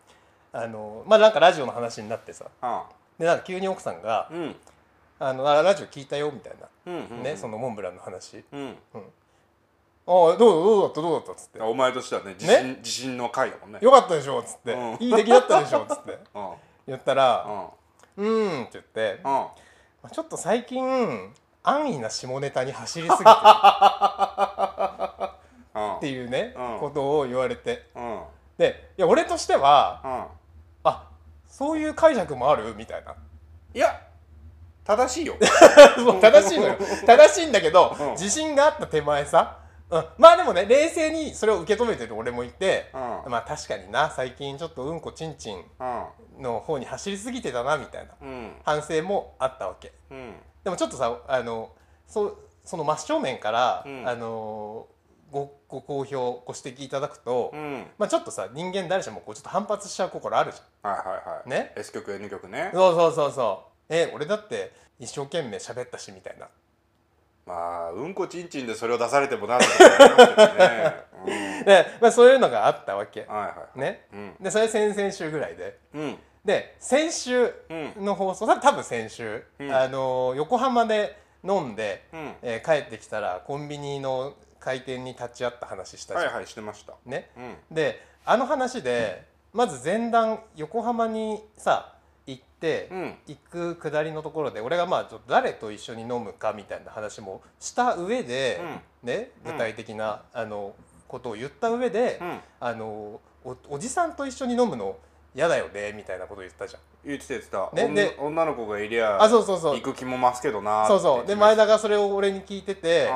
あのまあなんかラジオの話になってさ
あ
でなんか急に奥さんが
ーうん。
「あのあラジオ聞いたよ」みたいな、
うんうんうん
ね、そのモンブランの話「
うん。
ああどうどうだったどうだった」っつって
お前としてはね、自信、自信の回だもんね
「よ。かったでしょ」っつって
うん
「いい出来だったでしょ」っつって
うん。うん。
言ったら「
う
うーん」って言って、ま
ん。
あ、ちょっと最近安易な下ネタに走りすぎてる
うん。
っていうね、
うん
ことを言われて
うん。
でいや俺としては
うん。
あそういう解釈もあるみたいな
いや。正しいよ。
そう正しいのよ正しいんだけど、
うん
自信があった手前さうん、まあでもね冷静にそれを受け止めてる俺もいて、
うん
まあ確かにな最近ちょっとうんこちんちんの方に走りすぎてたなみたいな
うんうん
反省もあったわけ
うん
でもちょっとさあのそその真正面から、
うん
あのごご好評ご指摘いただくと、
うんはい
まあちょっとさ人間誰しもこうちょっと反発しちゃう心あるじゃ
はいはい
んね
S 曲 N 曲ね
そうそうそうそうえ俺だって一生懸命喋ったしみたいな
まあうんこちんちんでそれを出されてもなってことだねうん
で、まあ、そういうのがあったわけ
はいはい
ね
うん
でそれ先々週ぐらいで
うん
で先週
うん
の放送多分先週、
うん
あの横浜で飲んで、
うん
えー帰ってきたらコンビニの開店に立ち会った話したじゃ
は
ん、
いはいしてました
ね
うん
であの話で、まず前段横浜にさ行って、
うん
行く下りのところで俺がまあちょっと誰と一緒に飲むかみたいな話もした上で、ね、
うん
具体的な、あのことを言った上で、
うん
あのおおじさんと一緒に飲むの嫌だよねみたいなこと言ったじゃん。
言ってた言ってた
ねで
女女の子がいりゃ
あそうそうそう
行く気も増すけどなーって
そうそうで前田がそれを俺に聞いてて、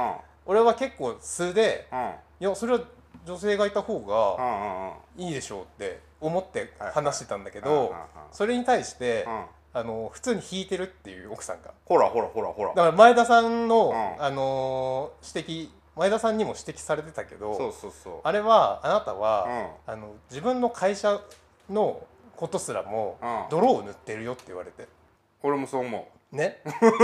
俺は結構素で
うんうん
いやそれは女性がいた方
う
が
んうんうん
いいでしょうって思って話してたんだけ
はいはい
ど
はいはい
それに対して、
うん
あの普通に引いてるっていう奥さんが
ほらほらほらほら
だから前田さんの、
うん
あのー指摘前田さんにも指摘されてたけど
そうそうそう
あれはあなたは、
う
あの自分の会社のことすらも、
うん
泥を塗ってるよって言われて。
俺もそう思
ね、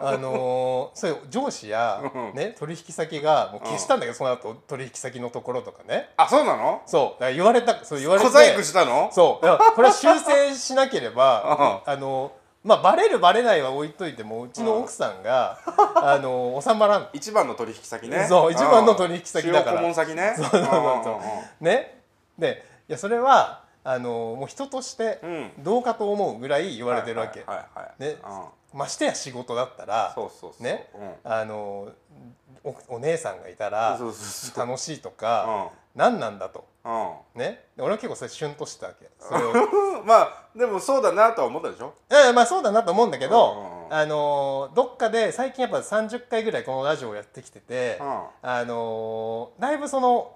あのーそういう上司や
う、ん
ね、取引先がもう消したんだけど、その後取引先のところとかね
うあそうなの
そうだから言われたそう言われて
小細工したの
そうだからこれは修正しなければ
う
あのーまあバレるバレないは置いといてもうちの奥さ んが、あのー収まらん
一番の取引先ね
そう一番の取引先だから
主要顧問先ねそう
そうそうそうねでいやそれはあのーもう人として
うん
どうかと思うぐらい言
言
われてるわけ、
はいはいはい
ね
うん
ましてや仕事だったら
そうそうそう
ね
うん
あのおお姉さんがいたら
そうそうそう
楽しいとか何なんだと
う
ねで俺は結構それシュンとしてたわけそれ
ん
を
うんまあでもそうだなとは思ったでしょ
ええまあそうだなと思うんだけど、
うんうんうん
あのどっかで最近やっぱ30回ぐらいこのラジオをやってきてて、
うん
あのだいぶその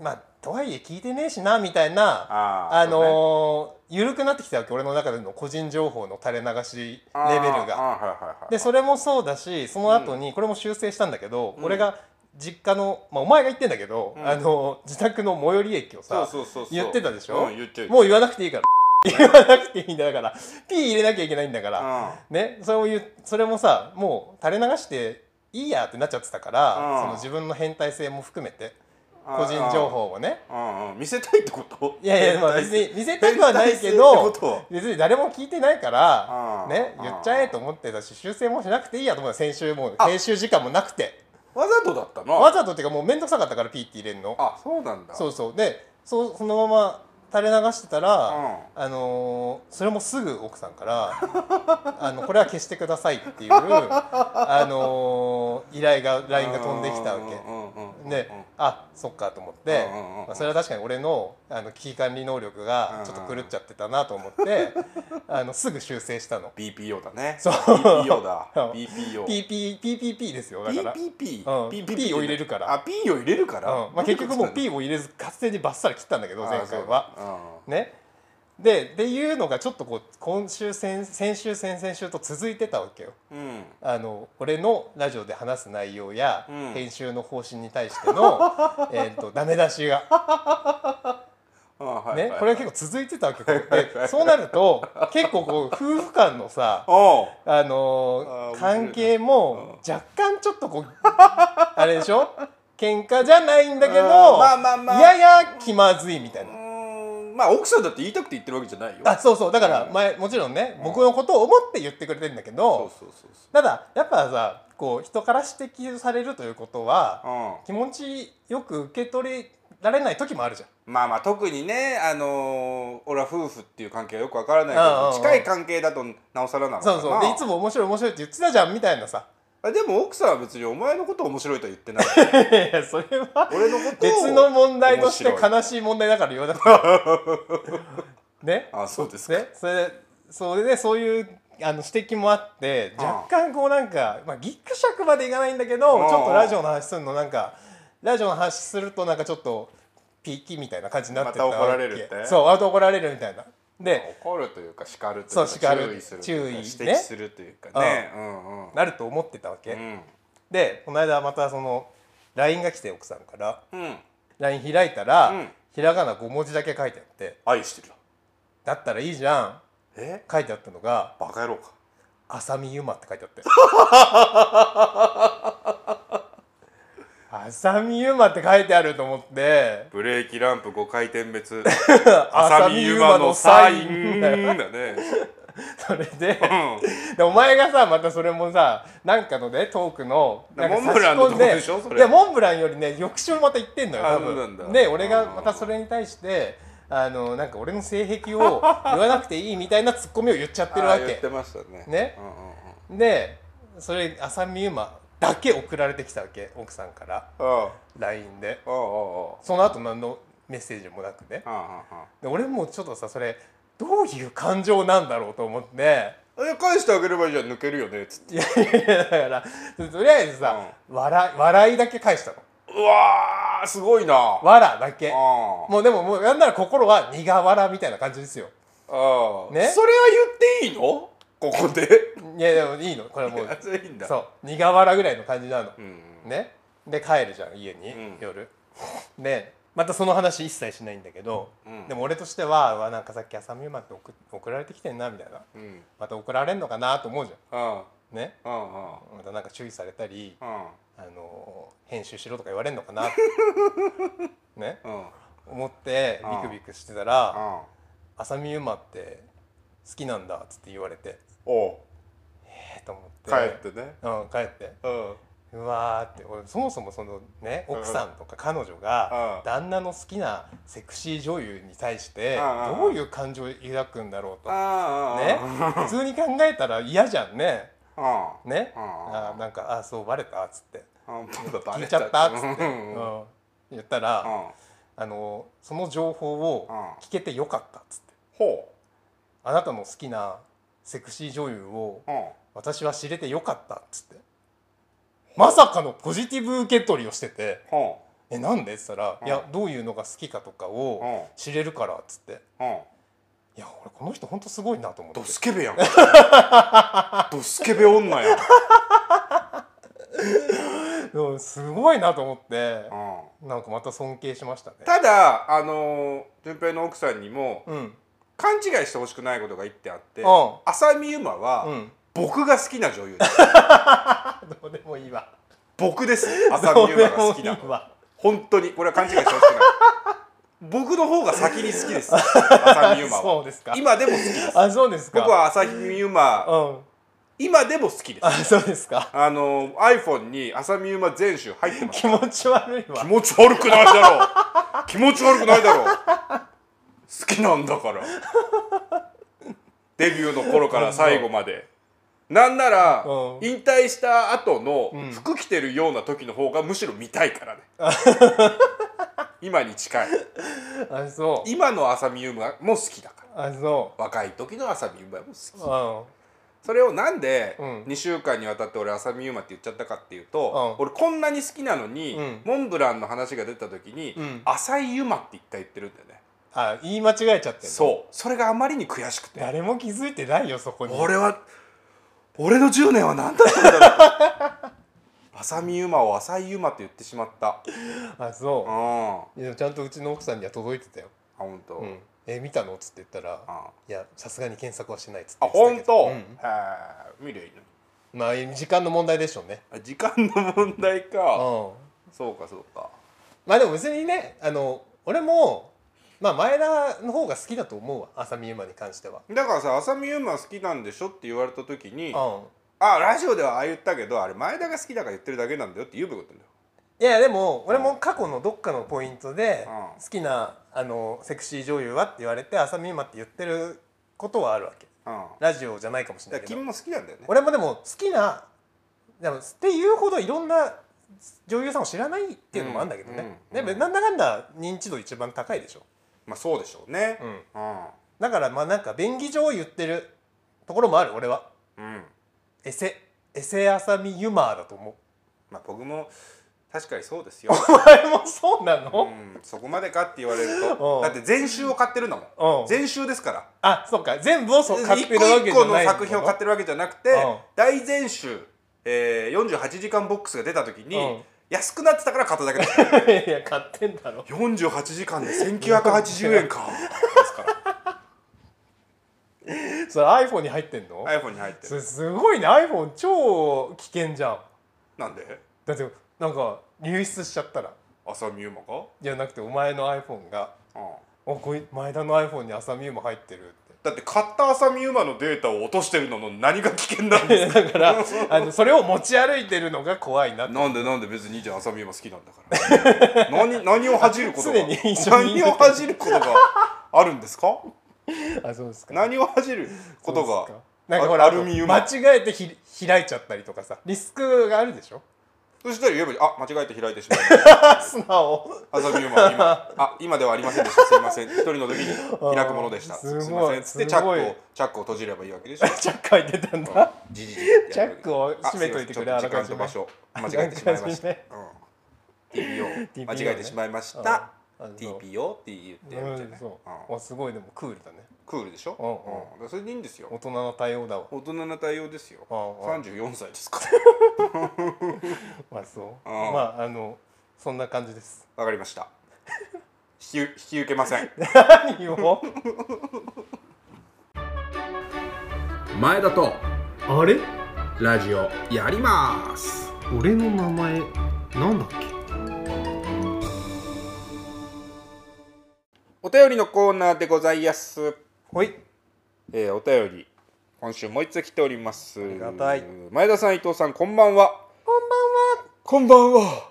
まあとはいえ聞いてねえしなみたいなあ
あー
の緩くなってきたわけ俺の中での個人情報の垂れ流し
そうね
レベル
あー
が。
あーはいはいはい
でそれもそうだしその後にこれも修正したんだけど、俺が実家の、まあ、お前が言ってんだけど、
ん
あの自宅の最寄り駅をさ
そうそうそうそう
言ってたでしょ、
うん言ってる
もう言わなくていいから 言わなくていいんだから P 入れなきゃいけないんだから、ねそれを言うそれもさもう垂れ流していいやってなっちゃってたから、
うん
その自分の変態性も含めて
うん
個人情報をね
うんうん見せたいってこと
いやいや、まあ、別に見せたくはないけど
変態性ってこと
別に誰も聞いてないから
う、ん
ね
うん
言っちゃえと思ってたし修正もしなくていいやと思って先週もう
あ
編集時間もなくて
わざとだったな
わざとっていうかもう面倒くさかったからピーって入れるの
あそうなんだ
そううそうでそうそのまま垂れ流してたら、
ん
あのーそれもすぐ奥さんから 「あのこれは消してください」っていう、あのー依頼が LINE が飛んできたわけ。
け
で、あそっかと思って、
うんうんうんうん
まあ、それは確かに俺のあの危機管理能力がちょっと狂っちゃってたなと思って、 あのすぐ修正したの
BPO だね
そう
BPO だ
うん
BPO
PPPPP ですよだから、
PPP
うん P を入れるから
あ P を入れるから
うんまあ、結局もう P
を
を入れず勝手にバッサリ切ったんだけど前回は。
は
ねでっていうのがちょっとこう今週先先週先々週と続いてたわけよ。
うんうん
あの俺のラジオで話す内容や、
うん
編集の方針に対して のえーとダメ出しが
あはい
ね
はい、
これが結構続いてたわけこうでそうな ると結構こう夫婦間のさ
おう
あの
あー面白い
ー
な
関係も若干ちょっとこうあれでしょ喧嘩じゃないんだけ
う
ど、
んまあまあまあ
やや気まずいみたいうな。
ーんまあ奥さんだって言いたくて言ってるわけじゃないよ
あそうそうだから
うん
前もちろんね僕のことを思って言ってくれてるんだけ
そう
ど
そうそうそ
ただやっぱさこう人から指摘されるということは
ううん
気持ちよく受け取れられない時もあるじゃん。
まあまあ特にねあのー俺は夫婦っていう関係はよくわからないけ
うんうんうん
ど近い関係だとなおさらなのか
そ
な
うそうでいつも面白い面白いって言ってたじゃんみたいなさ。
あでも奥さんは別にお前のこと面白いとは言ってない
いやいやそれは
俺のことを
別の問題として
面白い
悲しい問題だから言わなく てね
あそうですか
ねそれでそれでそういうあの指摘もあって
うん
若干こうなんか、まあ、ギクシャクまでいかないんだけど
うん
ちょっとラジオの話するのなんかラジオの話するとなんかちょっとピーキみたいな感じになってた
また怒られるって
そうまた怒られるみたいなで
怒るというか叱るというか
そう叱る
注意するというか
注
指
意ね
摘するというかねうんうん
なると思ってたわけ、
うん
でこの間またその LINE が来て奥さんから
うん、
LINE 開いたら、
うん
ひらがな5文字だけ書いてあって
愛してる
だったらいいじゃん
え
書いてあったのが
バカ野郎か
「浅見ゆま」って書いて あって浅見ゆまって書いてあると思って
ブレーキランプ5回転 別
浅
浅
見
見
ゆ
ゆ
ま
ま
の
の
サ
サ
イ
イ
ン
ンだね
それで
うん
でお前がさまたそれもさなんかのねトークのなんか
モンブランの
差し込んで
とこでしょそれ
でモンブランよりね翌週もまた言ってんのよ
あ
多
そうなんだ
分で俺が
うん
またそれに対してあのなんか俺の性癖を言わなくていいみたいなツッコミを言っちゃってるわ
あー言っ
け
てましたね
ね
うんうんうん
でそれ浅見ゆまだけ送られてきたわけ奥さんから
ああ
LINE で
あああ
その後何のメッセージもなくね
ああああ
で俺もちょっとさそれどういう感情なんだろうと思って
あえ返してあげればいいじゃん抜けるよねつって
いやいやいやだからとりあえずさ、笑い笑いだけ返したの
うわーすごいなあ
笑だけ
あ
もうでももうなんなら心は苦笑みたいな感じですよ
ああ
ね
それは言っていいのここで
いやでもいいのこれはもう
熱いんだ
そう苦笑ぐらいの感じなの
う、ん
ねで帰るじゃん家に、
うん
夜でまたその話一切しないんだけど、
うん
でも俺としてはうわなんかさっき浅見馬って送送られてきてんなみたいな
うんうん
また送られんのかなと思うじ
あ
ゃんね
あああ
またなんか注意されたり、
あ
あの編集しろとか言われん のかなね
あうん
思って
うん
ビクビクしてたら
あ
「浅見ゆまって好きなんだ」っつって言われて
おう
えっと思って
帰ってね
うん帰って
うん
うわーって俺そもそもそのね奥さんとか彼女が
うん
旦那の好きなセクシー女優に対して
うんうん
どういう感情を抱くんだろうと
ああ
ね普通に考えたら嫌じゃんね
ああ
ね
うん
あーなんか「あーそうバレた」っつって
あ
「
聞
聞いちゃった」っつ
う
って
んうん
うん言ったら「
うん
あのその情報を
うん
聞けてよかったっつって
ほ
あなたの好きなセクシー女優を
ううん
私は知れてよかったっつってまさかのポジティブ受け取りをしてて
ほ
「えなんで?」っつったら「
うん
いやどういうのが好きかとかを
う
知れるから」っつって
ううん
「いや俺この人ほんとすごいな」と思って
ドスケベやんドスケベ女やん
うんすごいなと思って
うん
なんかまた尊敬しましたね。
ただあのー順平の奥さんにも
うん
勘違いしてほしくないことが一点あって
うん
浅見ゆま
う
は
ん、
僕が好きな女優です
どうでもいいわ。
僕です浅見ゆまが好きな
どうでもいい
の
わ
本当にこれは勘違いしてほしく ない僕の方が先に好きです浅見ゆま
そう
は
ですか。
今でも好きです
あそうですか。
僕は浅見ゆま
うん
今でも好きです
あそうですか。
あの iPhone に浅見ゆま全集入ってます
気持ち悪いわ
気。持ち悪くないだろう気持ち悪くないだろう好きなんだからデビューの頃から最後までなんなら、
うん
引退した後の
ん
服着てるような時の方がむしろ見たいから ね今に近い
あそう
今の浅見ゆまも好きだから
あそ
若い時の浅見ゆまも好き
ううん
それをなんで
うん
2週間にわたって俺浅見ゆまって言っちゃったかっていうと、
うん
俺こんなに好きなのに、
うん
モンブランの話が出た時に、
うん
浅井ゆまって一回言ってるんだよね、
あ言い間違えちゃってる
そうそれがあまりに悔しくて
誰も気づいてないよそこに
俺は俺の10年は何だったんだろ う浅見ゆまを浅井ゆまって言ってしまった
あ
うん
そ
あ
ういやちゃんとうちの奥さんには届いてたよ
本当、
「う
うん
ん、え見たの?」っつって言ったら
あ
「いやさすがに検索はしない」っつって言ってた
本
け
当、
ど
へ
うん
え見りゃいいのに
まあ時間の問題でしょうね
あ時間の問題
うん
か、そうかそうか
まあでも別にねあの俺もまあ前田の方が好きだと思うわ浅見ゆまに関しては
だからさ浅見ゆま好きなんでしょって言われた時に、
うん
あラジオではああ言ったけどあれ前田が好きだから言ってるだけなんだよって言うべことだよ
いやでも俺も過去のどっかのポイントで
うん
好きなあのセクシー女優はって言われて浅見ゆまって言ってることはあるわけ
うん
ラジオじゃないかもしれ
だ
な
か
い
ら
けど
君も好きなんだよね
俺もでも好きなでもっていうほどいろんな女優さんを知らないっていうのもあるんだけどね、
うんうんうん
でもなんだかんだ認知度一番高いでしょ、
まあそうでしょうね
うん、
うん
だからまあなんか便宜上言ってるところもある俺は
うん
エセエセ浅見ユマーだと思
まあ僕も確かにそうですよ、
お前もそうな
う
の、
ん、そこまでかって言われると
うん
だって全集を買ってるんだ
う
も
ん
ん全集ですから
あそうか全部をそう買ってるわけ
一
じ
個
ゃ
一個の
ない
作品を買ってるわけじゃなくて、
うん
大全集、えー、48時間ボックスが出た時に、
うん
安くなってたから買っただけです
てる いや買ってんだろ
48時間で1980円かですか
それ iPhone に入ってんの、
ら iPhone に入って
そ
る
れすごいね iPhone 超危険じゃん
なんで
だってなんか流出しちゃったら
浅見ゆまか、
じゃなくてお前の iPhone が
うん、
「おこい前田の iPhone に浅見も入ってる」っ
だって買った浅見ゆまのデータを落としてるのの何が危険なんで
て
すか
だからあのそれを持ち歩いてるのが 怖いなって
なんでなんで別にいいじゃん浅見ゆま好きなんだ から何何を恥じることが
常に一緒にいる
何を恥じることがあるんですか
あそうですか
何を恥じること
そう
が
ですかなんかほら
アルミウム
間違えてひ開いちゃったりとかさリスクがあるでしょ
そしたら言えばいいあ間違えて開いてしまいました
素直
浅見ゆまは今 あ今ではありませんでしたすいません一人の時に開くものでした
あー
す
すごい
いませんつってチャ
す
ック
ごい
をチャックを閉じればいいわけでしょ
チャック開いてたんだ
じじじって
チャックを閉めといてくれ
あ
あ
す
ら
いません
かじ
ちょっと時間と
め
場所間違えてしまい ました、
あ
う
ら
ん
か、
TPO 間違えてしまいまし
うんあ
た
そう
TPO って言ってやるんじゃ
うん
ない、
そう、
うん
あすごいでもクールだね
クールでしょ、
うんうん
だからそれでいいんです
大
よ
人の対応だわ
大人の対応ですよ
うんうん
34歳ですから
まあそう
うん
まああのそんな感じです
わかりま した引き引き受けません
何 を
前田と
あれ
ラジオやります
俺の名前なんだっけ
お便りのコーナーでございます
ほい
えー、お便り今週もう一つ来ておりますあり
がたい
前田さん伊藤さんこんばんはこんばんはこんばんは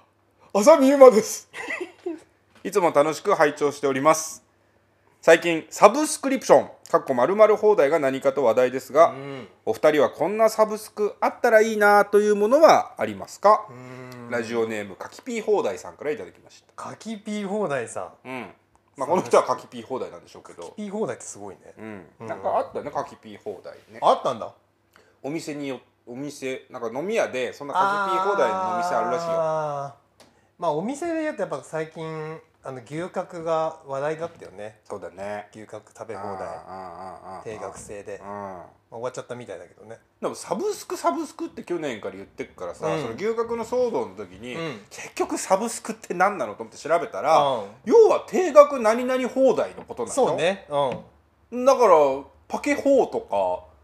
浅見ゆまです いつも楽しく拝聴しております最近サブスクリプションかっこまるまる放題が何かと話題ですが、お二人はこんなサブスクあったらいいなというものはありますかラジオネームかきピー放題さんからいただきました
カキピー放題さん
うんまあこの人はかきピー放題なんでしょうけど
ピー放題ってすごいね
うん、なんかあったよねかきピー放題ね
あったんだ
お店によお店なんか飲み屋でそんなかきピー放題のお店あるらしいよ
あーまあお店でやってやっぱ最近あの牛角が話題だったよね
そうだね
牛角食べ放題
題
定額制で、まあ、終わっちゃったみたいだけどね
でもサブスクサブスクって去年から言ってっからさ、
うん
その牛角の騒動の時に、
うん
結局サブスクって何なのと思って調べたら、
うん
要は定額何々放題のことなの
そうねう
だからパケ放と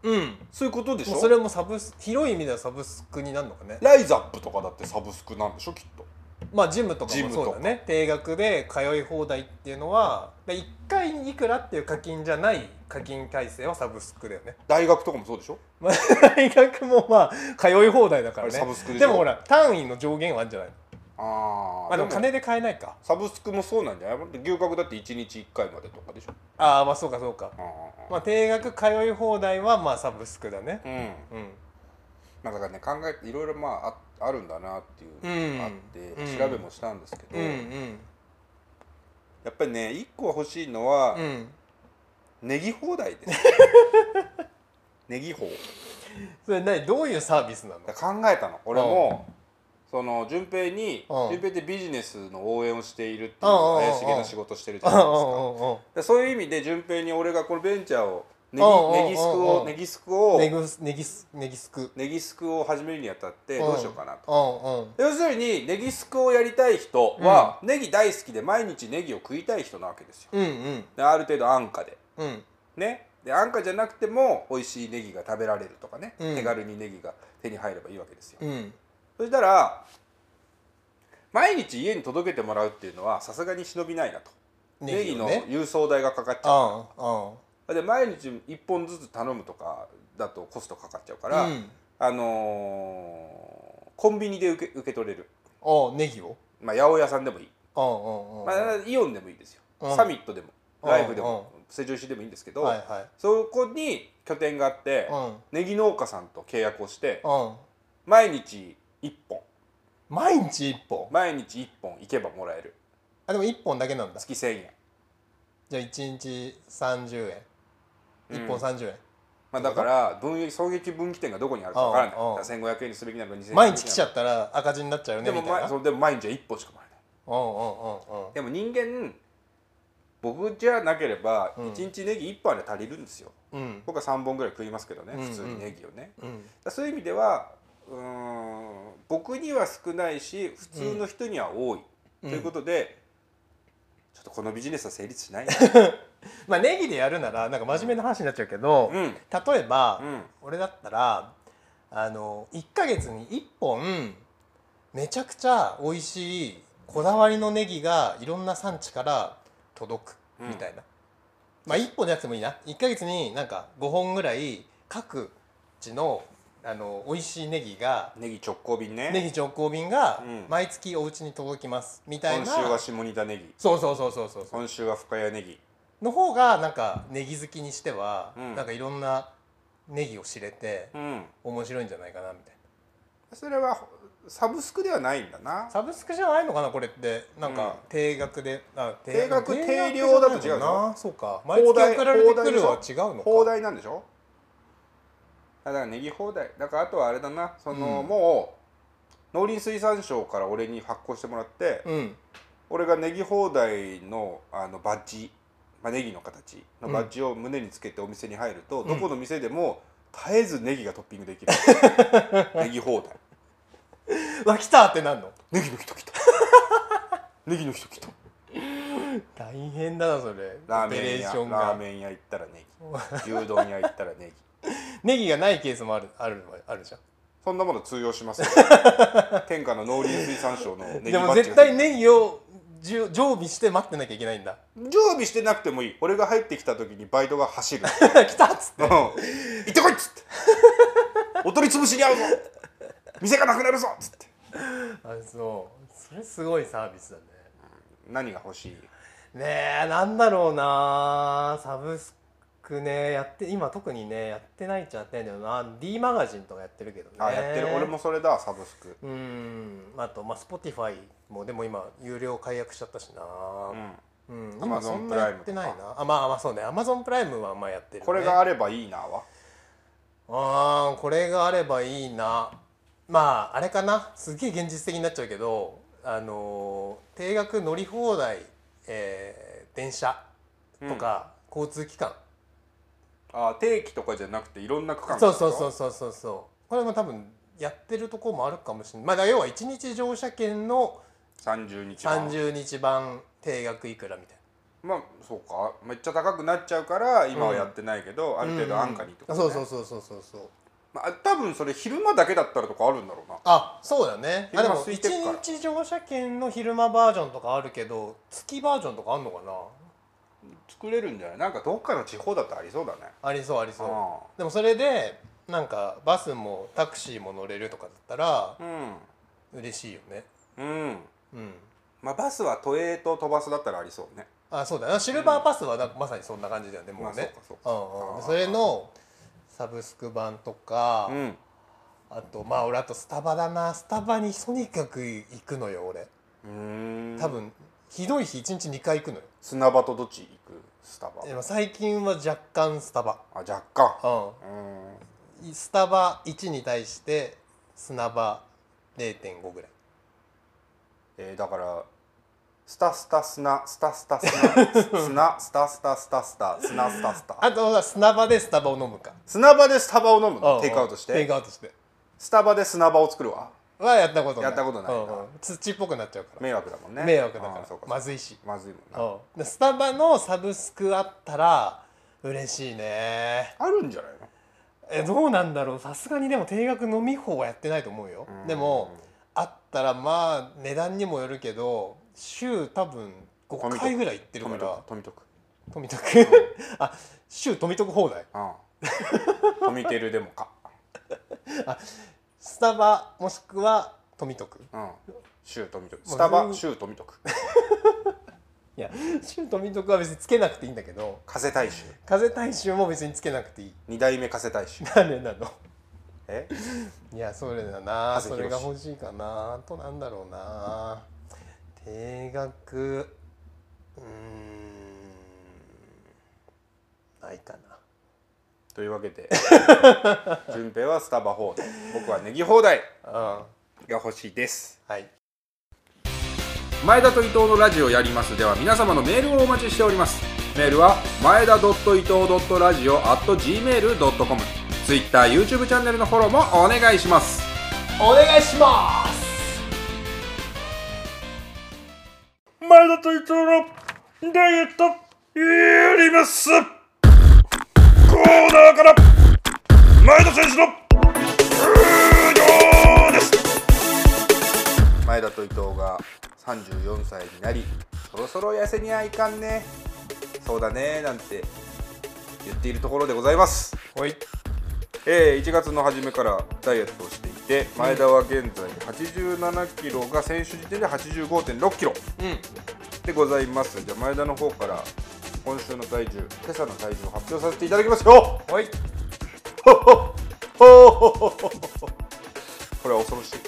か
んうん
そういうことでし
もう
ょ
それもサブス広い意味ではサブスクになるのかね
ライザップとかだってサブスクなんでしょきっと
まあジムとか
ジ
も
ム
そ
と
う
か
だね定額で通い放題っていうのは1回にいくらっていう課金じゃない課金体制はサブスクだよね
大学とかもそうでしょ
まあ大学もまあ通い放題だか
あ
らね
れサブスクでしょ
でもほら単位の上限はあるんじゃないの
あ
まあでも金で買えないか
サブスクもそうなんじゃない牛角だって1日1回までとかでしょ
ああまあそうかそうか
う
まあ定額通い放題はまあサブスクだね
ん
うん
まあだからね考えていろいろまあああるんだなっていうのがあって、
うん
調べもしたんですけ
う
ど、
ん
やっぱりね1個欲しいのは、
うんうん
ネギ放題ですネギ放
それ何どういうサービスなの
だから考えたの俺も、その順平に、
うん
順平ってビジネスの応援をしているっていう
うんうんうんうん
怪しげな仕事してるじ
う
ゃ
ん
ないですか
うんうんうん
でそういう意味で順平に俺がこのベンチャーをネギ
うんうんうんうん
ネギスクをネギスクを
ネギスネギスネギスク
ネギスクを始めるにあたってどうしようかなと。
うんうん
要するにネギスクをやりたい人は、ネギ大好きで毎日ネギを食いたい人なわけですよ
うんうん
である程度安価で
うん
ねで安価じゃなくても美味しいネギが食べられるとかね、
うん
手軽にネギが手に入ればいいわけですよ、
うん
そしたら毎日家に届けてもらうっていうのはさすがに忍びないなとネギ
を
の
ね
郵送代がかかっちゃ
あああ
うで毎日1本ずつ頼むとかだとコストかかっちゃうか
あ
ら、
うん
あのーコンビニで受け受け取れる、
ああネギを
まあ、八百屋さんでもいい
あああ
ま
ああ
あ、イオンでもいいですよ、
うん
サミットでもライフでも
う
成城石井でもいいんですけ
あ
ど、
はいはい
そこに拠点があって、
うん
ネギ農家さんと契約をして
うん
毎日1本
毎日一本
毎日1本行けばもらえる
あでも一本だけなんだ
月1000円
じゃあ一日30円一本30円
まあ、だから分益損益分岐点がどこにあるかわからないだ
うんうん
から1500円にする気なのか2000円にする気なのか
毎日来ちゃったら赤字になっちゃうよね
でも
みた
ま
いな。うんうん
そうでも毎日は1本しか買えない
うんうん。
でも人間僕じゃなければ
うん
1日ネギ1本で足りるんですよ、
うん
僕は3本ぐらい食いますけどね
うんうん
普通にネギをね、だか
うん
らそういう意味ではうーん僕には少ないし普通の人には多い、
うん
ということでちょっとこのビジネスは成立しないな
まあネギでやるならなんか真面目な話になっちゃうけど、
うんうん
例えば、
うん
俺だったらあの1ヶ月に1本めちゃくちゃ美味しいこだわりのネギがいろんな産地から届く
うん
みたいな、まあ1本じゃなくてもいいな1ヶ月になんか5本ぐらい各地のあの美味しいネギが
ネギ直行便ね
ネギ直行便が
うん
毎月お家に届きますみたい
今
な、
週は下仁田ネギ
そうそうそうそうそうそう
今週は深谷ネギ
の方がなんかネギ好きにしては、
うん
なんかいろんなネギを知れて
うん
面白いんじゃないかなみたい
それはサブスクではないんだな
なサブスクじゃないのかなこれってなん
うん
か定額で、あ
定額定
じゃ
量
ない
だと違う
もん
の
なそうか毎月送られてくるは
放
違うのか
放題なんでしょあだからネギ放題だからあとはあれだなその、
うん
もう農林水産省から俺に発行してもらって、
うん
俺がネギ放題のあのバッジ、まあ、ネギの形のバッジを胸につけてお店に入ると、
ん
どこの店でも絶えずネギがトッピングで きるネギ放題
うわ来たってなんの
ネギの人来 たネギの人来た
大変だなそれ
ラー
オペ
メ
レ
ン
ー
屋
ション
ラー
が
メン屋行ったらネギ牛丼屋行ったらネギ
ネギがないケースもあるあるあるじゃん
そんなもの通用します よ天下の農林水産省のネギ
でも
バッジ
絶
が
対ネギをじゅ常備して待ってなきゃいけないんだ
常備してなくてもいい俺が入ってきた時にバイトが走るうん
来たっつって
行ってこいっつってお取り潰しに遭うぞ店がなくなるぞっつって
あそうそれすごいサービスだね
何が欲しい
ねえなんだろうなサブスクねやって今特にねやってないっちゃやってないんだよな D マガジンとかやってるけどね
あやってる俺もそれだサブスク
うんあとまあ Spotify もでも今有料解約しちゃったしな
うん
うん、
Amazon
今そんなやってないなあまあまあそうね Amazon プライムはまあやってる、ね、
これがあればいいなは
あーこれがあればいいなまああれかなすっげえ現実的になっちゃうけどあのー定額乗り放題、えー電車とか、交通機関
あ定期とかじゃなくていろんな区間
そうそうそううそうそうそうこれも多分やってるとこもあるかもしれないまあだから要は1日乗車券の
30日間
30日版定額いくらみたい
まあそうかめっちゃ高くなっちゃうから今はやってないけど、
な
ある程度安価にってこと、ね
うんそうそうそうそうそうそう
まあ、多分それ昼間だけだったらとかあるんだろうな
あそうだねあ
昼
で
間
も
空いてるから
1日乗車券の昼間バージョンとかあるけど月バージョンとかあんのかな
作れるんじゃないなんかどっかの地方だとありそうだね
ありそうありそう
ああ
でもそれでなんかバスもタクシーも乗れるとかだったら嬉しいよね
うんうん
うん
まあバスは都営と都バスだったらありそうね
あそうだなシルバーパスはなんかまさにそんな感じだよねもう
まあ
ね
そうか
うん
あ
う
ー
んそれのサブスク版とか、
うん
あとまあ俺あとスタバだなスタバにとにかく行くのよ俺
うーん
多分、ひどい日1日2回行くのよ
砂場とどっち行くスタバ
でも最近は若干スタバ
あ若干
う
うん
んスタバ1に対して砂場0.5ぐらい
えー、だからスタスタ砂スタスタ 砂砂スタスタスタスタ砂スタスタ
あとは砂場でスタバを飲むか
砂場でスタバを飲む
う
の
ん
テイクアウトし
テイ
て
クアウトして
スタバで砂場を作るわ
はやったことな
や
い
ったことないな
うんうん土っぽくなっちゃうから
迷惑だもんね
迷惑だ
あー
か
そう
ら
か
まずいし
まずいもんな
うんでスタバのサブスクあったら嬉しいね
あるんじゃないの
えどうなんだろうさすがにでも定額飲み放はやってないと思うよ
うん
でもあったらまあ値段にもよるけど週多分5回ぐらい行ってるから
富徳
富徳あ週富徳放題
うん富テルでもか、
スタバもしくは富徳
うん、州富徳
まあ
スタ
全
バ
部
州富徳
いや週富徳は別につけなくていいんだけど
加瀬大衆
風大衆も別につけなくていい
二代目加瀬大衆
誰なの
え
いやそれだな
風
そ
広
れ
し
が欲しいかなあとなんだろうな定額うーんないかな
というわけで 順平はスタバ放題僕はネギ放題
うんは
が欲しいです
い
前田と伊藤のラジオやりますでは皆様のメールをお待ちしておりますメールは前田伊藤ラジオ at gmail.com ツイッター YouTube チャンネルのフォローもお願いします
お願いします
前田と伊藤のダイエットやりますコーナーから前田選手の不良です
前田と伊藤が34歳になりそろそろ痩せにゃいかんねそうだねなんて言っているところでございます
おい
えー1月の初めからダイエットをしていて前田は現在87キロが選手時点で85.6キロでございますじゃあ前田の方から今週の体重今朝の体重を発表させていただきますよ
おい
これは恐ろしい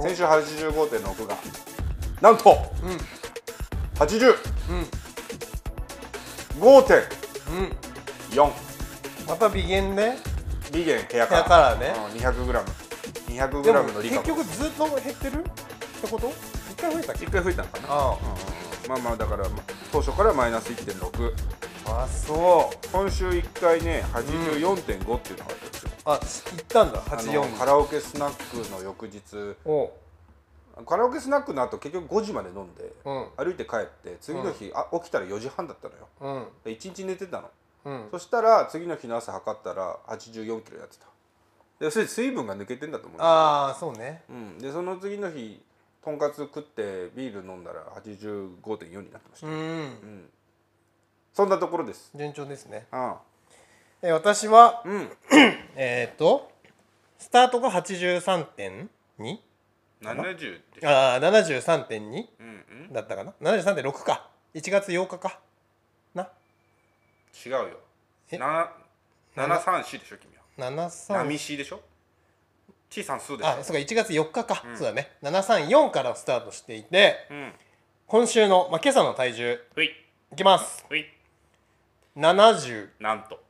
先週85.6がなんと、80、5.4
また微減ね
リゲンヘア
部屋
カ
か
ラ
らね
ーうん 200g
でも
200g のリカ
結
ム
局ずっと減ってるってこと一回増えたっけ
一回増えたのかな
あ
まあまあだからまあ当初からマイナス1.6
ああそう
今週1回ね84.5っていうのがあったんですよ、
あ行ったんだ
あのカ
84
ラオケスナックの翌日
お
カラオケスナックの後結局5時まで飲んで、
うん
歩いて帰って次の日、あ起きたら4時半だったのよ
うん
で1日寝てたの
うん
そしたら次の日の朝測ったら84キロやってたでそれで水分が抜けてんだと思う
ああそうね
うん、でその次の日とんかつ食ってビール飲んだら85.4になってました、
うん
そんなところです
順調ですね
うん
え私は
うん
えっとスタートが83.2
70でしょ
ああ73.2
うんうん
だったかな73.6か1月8日かな
違うよ
え
な734でしょ君は
73
波 C でしょ小さな数でしょ
あそうか1月4日か、そうだね734からスタートしていて
うん
今週の、まあ、今朝の体重
ほい
いきます
ほい
71.8
なんと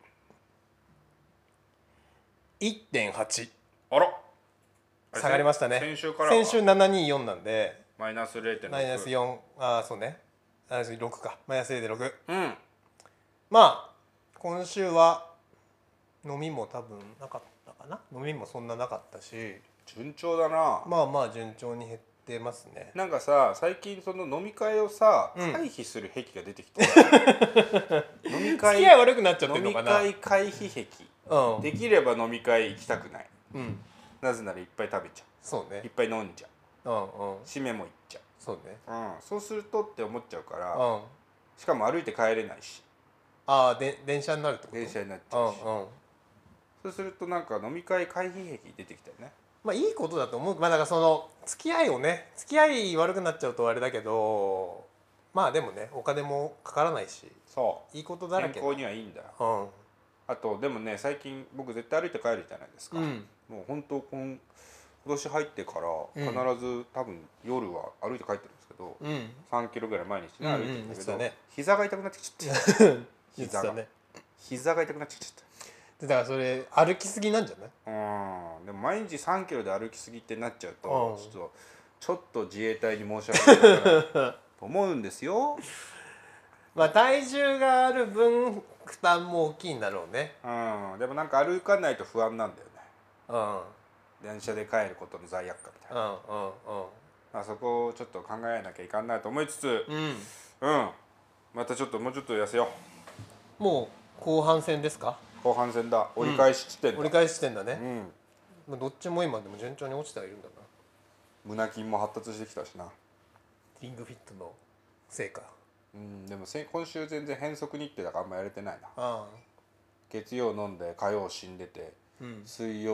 あらあれ
下がりましたね
先週からは
先週724なんで
マイナス0.6
マイナス4ああそうねマイナス6かマイナス0で6
うん
まあ今週は飲みも多分なかったかな飲みもそんななかったし
順調だな
まあまあ順調に減ってますね
なんかさ最近その飲み会をさ、
うん
回避する癖が出てき て飲み
付
会
き合い悪くなっちゃって
飲
るの
み
かな
会回避癖
うん
できれば飲み会行きたくない
うん
なぜならいっぱい食べちゃ
そう
ういっ
ね
ぱい飲んじゃ
うんうん
う締めも行っちゃ
そうね
う、うん、そうするとって思っちゃうか
う
ら
ん
しかも歩いて帰れないし
ああで電車になるってこと
電車になっち
う
ゃうんし、
うん
そうするとなんか飲み会回避癖出てきたよね
まあいいことだと思うまあだからその付き合いをね付き合い悪くなっちゃうとあれだけどまあでもねお金もかからないし
そ
いいこと
う
だら
健
け
康にはいいんだ
うん
あとでもね最近僕絶対歩いて帰るじゃないですか、
うん
もう本当今今年入ってか
ん
ら必ず多分夜は歩いて帰ってるんですけど、
うん
3キロぐらい毎日ね
うん
歩
うん
いてるんだけ
そ
ど、
うだね
膝が痛くなってき ちゃった
言って
膝
た
が
ね
膝が痛くなってきちゃっ
でだからそれ歩きすぎなんじゃない
たうんでも毎日3キロで歩きすぎってなっちゃうと、
うん
ちょっとちょっと自衛隊に申し訳ないかなと思うんですよ、
まあ体重がある分負担も大きいんだろうね
うん、でもなんか歩かないと不安なんだよね
うんうん
電車で帰ることの罪悪感みたいな、
うん
まあ、そこをちょっと考えなきゃいかんなと思いつつ、
うんうん
うんまたちょっともうちょっと痩せよ
もう後半戦ですか
う後半戦だ折り返し地点だ、
折り返し点だ
う
ね、
ん、
まあ、どっちも今でも順調に落ちてはいるんだな
胸筋も発達してきたしな
リングフィットのせいか
うんでもせ今週全然変則日程だからあんまやれてないな
ああ
月曜飲んで火曜死んでて
うん
水曜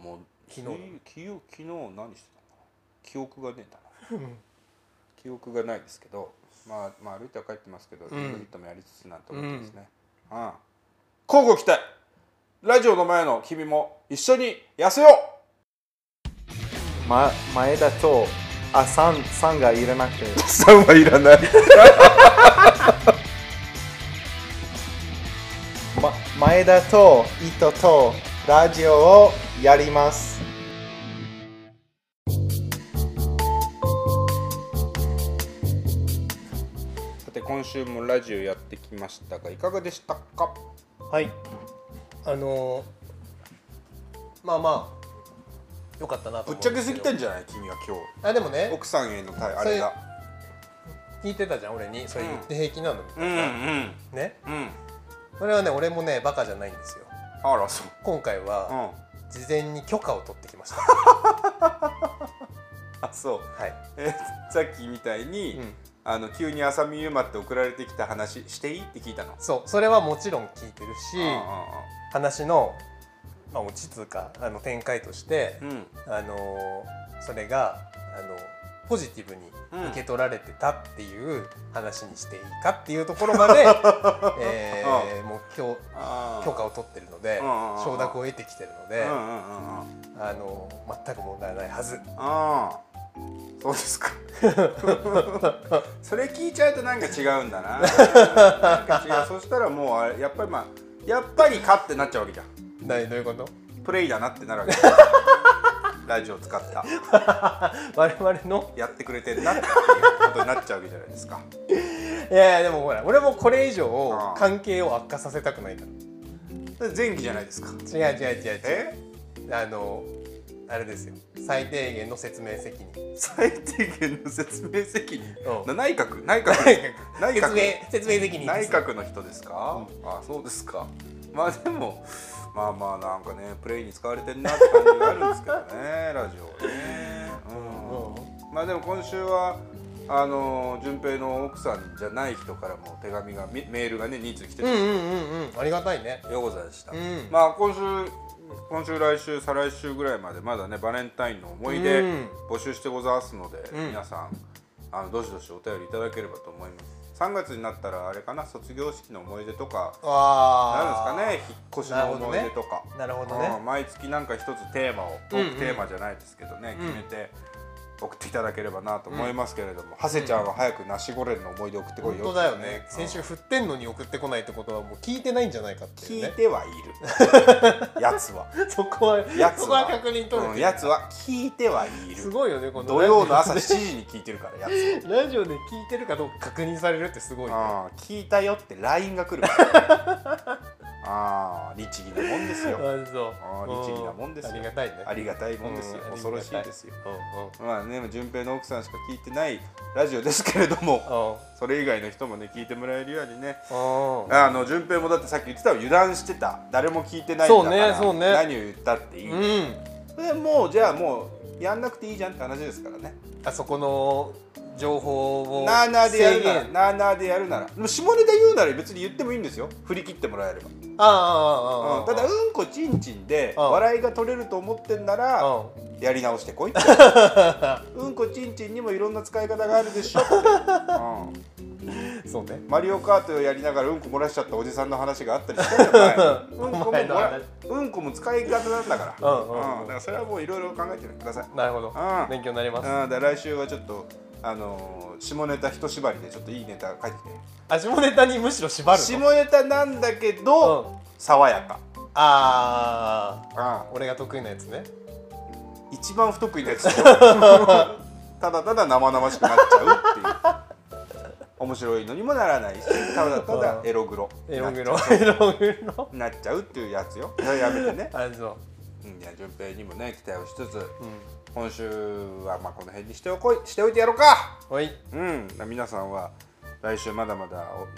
も
昨日
水曜昨日何してたのかな記憶がねえんだな記憶がないですけどまあまあ歩いては帰ってますけどリングフィットもやりつつなんて思ってですねうん、交互期待ラジオの前の君も一緒に痩せよう
ま、前田とあさんさんがいらなくて
さんはいらない。
ま、前田と糸とラジオをやります
さて今週もラジオやってきましたがいかがでしたか
はいあのーまあまあよかったな
ぶ
と
っ
思うん
ちゃけ
ですす
ぎ
ど
たんじゃない君は今
あでも
日
ね
奥さんへの対あ
それ
れが
聞いてたじゃん俺にそれ言って平気なのみたいな、
ん
ね
うんうん
それはね俺もねバカじゃないんですよ
あらそう
今回
う
は
ん
事前に許可を取ってきま した
あそう
はい、
えさっきみたいに、
うん、
あの急に浅見ゆまって送られてきた話していいって聞いたの
そうそれはもちろん聞いてるし
うん
話の、まあ、落ち着うかあの展開として、
うんうん
あのーそれがあのポジティブに受け取られてたっていう話にしていいかっていうところま で、えーもう今日
あー
許可を取ってるので
うんうん
承諾を得てきてるので、
うんうんうんうん
あのー全く問題ないはず
あーそうです かそれ聞いちゃうとなんか違うんだななんか違う そしたらもうあれやっぱりまあやっぱりかってなっちゃうわけじゃん
何どういうこと
プレイだなってなるわけラジオ使った
我々の
やってくれてるなっていうことになっちゃうわけじゃないですか
いやいやでもほら俺もこれ以
あ
上
あ
関係を悪化させたくないか
前期じゃないですから
違う違う違う違う
え
あのあれですよ最低限の説明責任
最低限の説明責任
うん
な内閣内閣内
説
閣
明説明責任で
内
す
閣の人ですか、あそうですかまあでもまあまあなんかねプレイに使われてんなって感じがあるんです けどねラジオはね、うんまあでも今週はあの順平の奥さんじゃない人からも手紙がメメールがね2通来て
うん
て、
うんうんうんありがたいね
ようございました、
ん
まあ今週今週来週再来週ぐらいまでまだねバレンタインの思い出
うん
募集してございますので、
ん
皆さんあのどしどしお便りいただければと思います3月になったらあれかな卒業式の思い出とかな
あ
るん
あ
ですかね引っ越しの思い出とか、
なるほどね
うん毎月なんか一つテーマをトークテーマじゃないですけどね、
うん
決めて送っていただければなと思いますけれども、ハセちゃんは早くナシゴレンの思い出送ってこ
本
いよ
当だよね
うん
先週振ってんのに送ってこないってことはもう聞いてないんじゃないかってい
聞
う
い
ね
てはい るやつは
そこは
やつは
そこは確認取れ
う
て
ん
る
やつは聞いてはい
す
る
ごいよねこの
土曜の朝7時に聞いてるからやつ
ラジオで聞いてるかどうか確認されるってすごいね
ああ聞いたよって LINE が来るからああ律儀なもんですよ
あそう
あー律儀なもんですよ
ありがたいね
ありがたいもんですよ
うん
恐ろしいですよ
うんうん
まあね順平の奥さんしか聞いてないラジオですけれど も
う
それ以外の人もね聞いてもらえるようにね
んうん
あの順平もだってさっき言ってたよ油断してた誰も聞いてないんだから
そうねそうね
何を言ったっていい、
うん
それもうじゃあもうやんなくていいじゃんって話ですからね
あそこの情報を
77でやるな
制限
ら77でやるならでも下ネタ言うなら別に言ってもいいんですよ振り切ってもらえれば、
ああああああ
うんただうんこちんちんで
うん
笑いが取れると思ってんなら
う
やり直して こいってうんこちんちんにもいろんな使い方があるでし ょって、
んそうね
うんマリオカートをやりながらうんこ漏らしちゃったおじさんの話があったりした じゃないうんこも
お前の
漏ら
話
うんこも使い方なんだから
うんうんう
だ
ん
からそれはもういろいろ考えてください
なるほど
うん
勉強になります
うん、だから来週はちょっとあのー下ネタ一縛りでちょっといいネタ書いてきて
あ下ネタにむしろ縛るの
下ネタなんだけど、
うん
爽やか、
ああ
う
俺が得意なやつね
ん、一番不得意なや つただただ生々しくなっちゃうっていう面白いのにもならないしただただエログロ
エログロエログロ
なっちゃうっていうやつよそれやめてね
あそう
うんいや順平にもね期待をしつつ、今週はまあこの辺にしておこいしておいてやろうか
ほい
うん、皆さんは来週まだまだお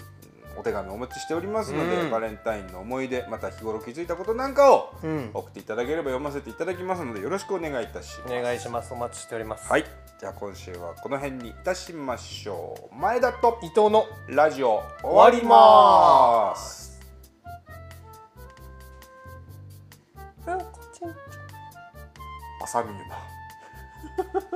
お手紙お持ちしておりますので、
うん
バレンタインの思い出また日頃気づいたことなんかを
うん
送っていただければ読ませていただきますのでよろしくお願いいたします。
お願いしますお待ちしております
はい、じゃあ今週はこの辺にいたしましょう。前田と
伊藤の
ラジオ終わります。
うんこちん
朝見ゆま。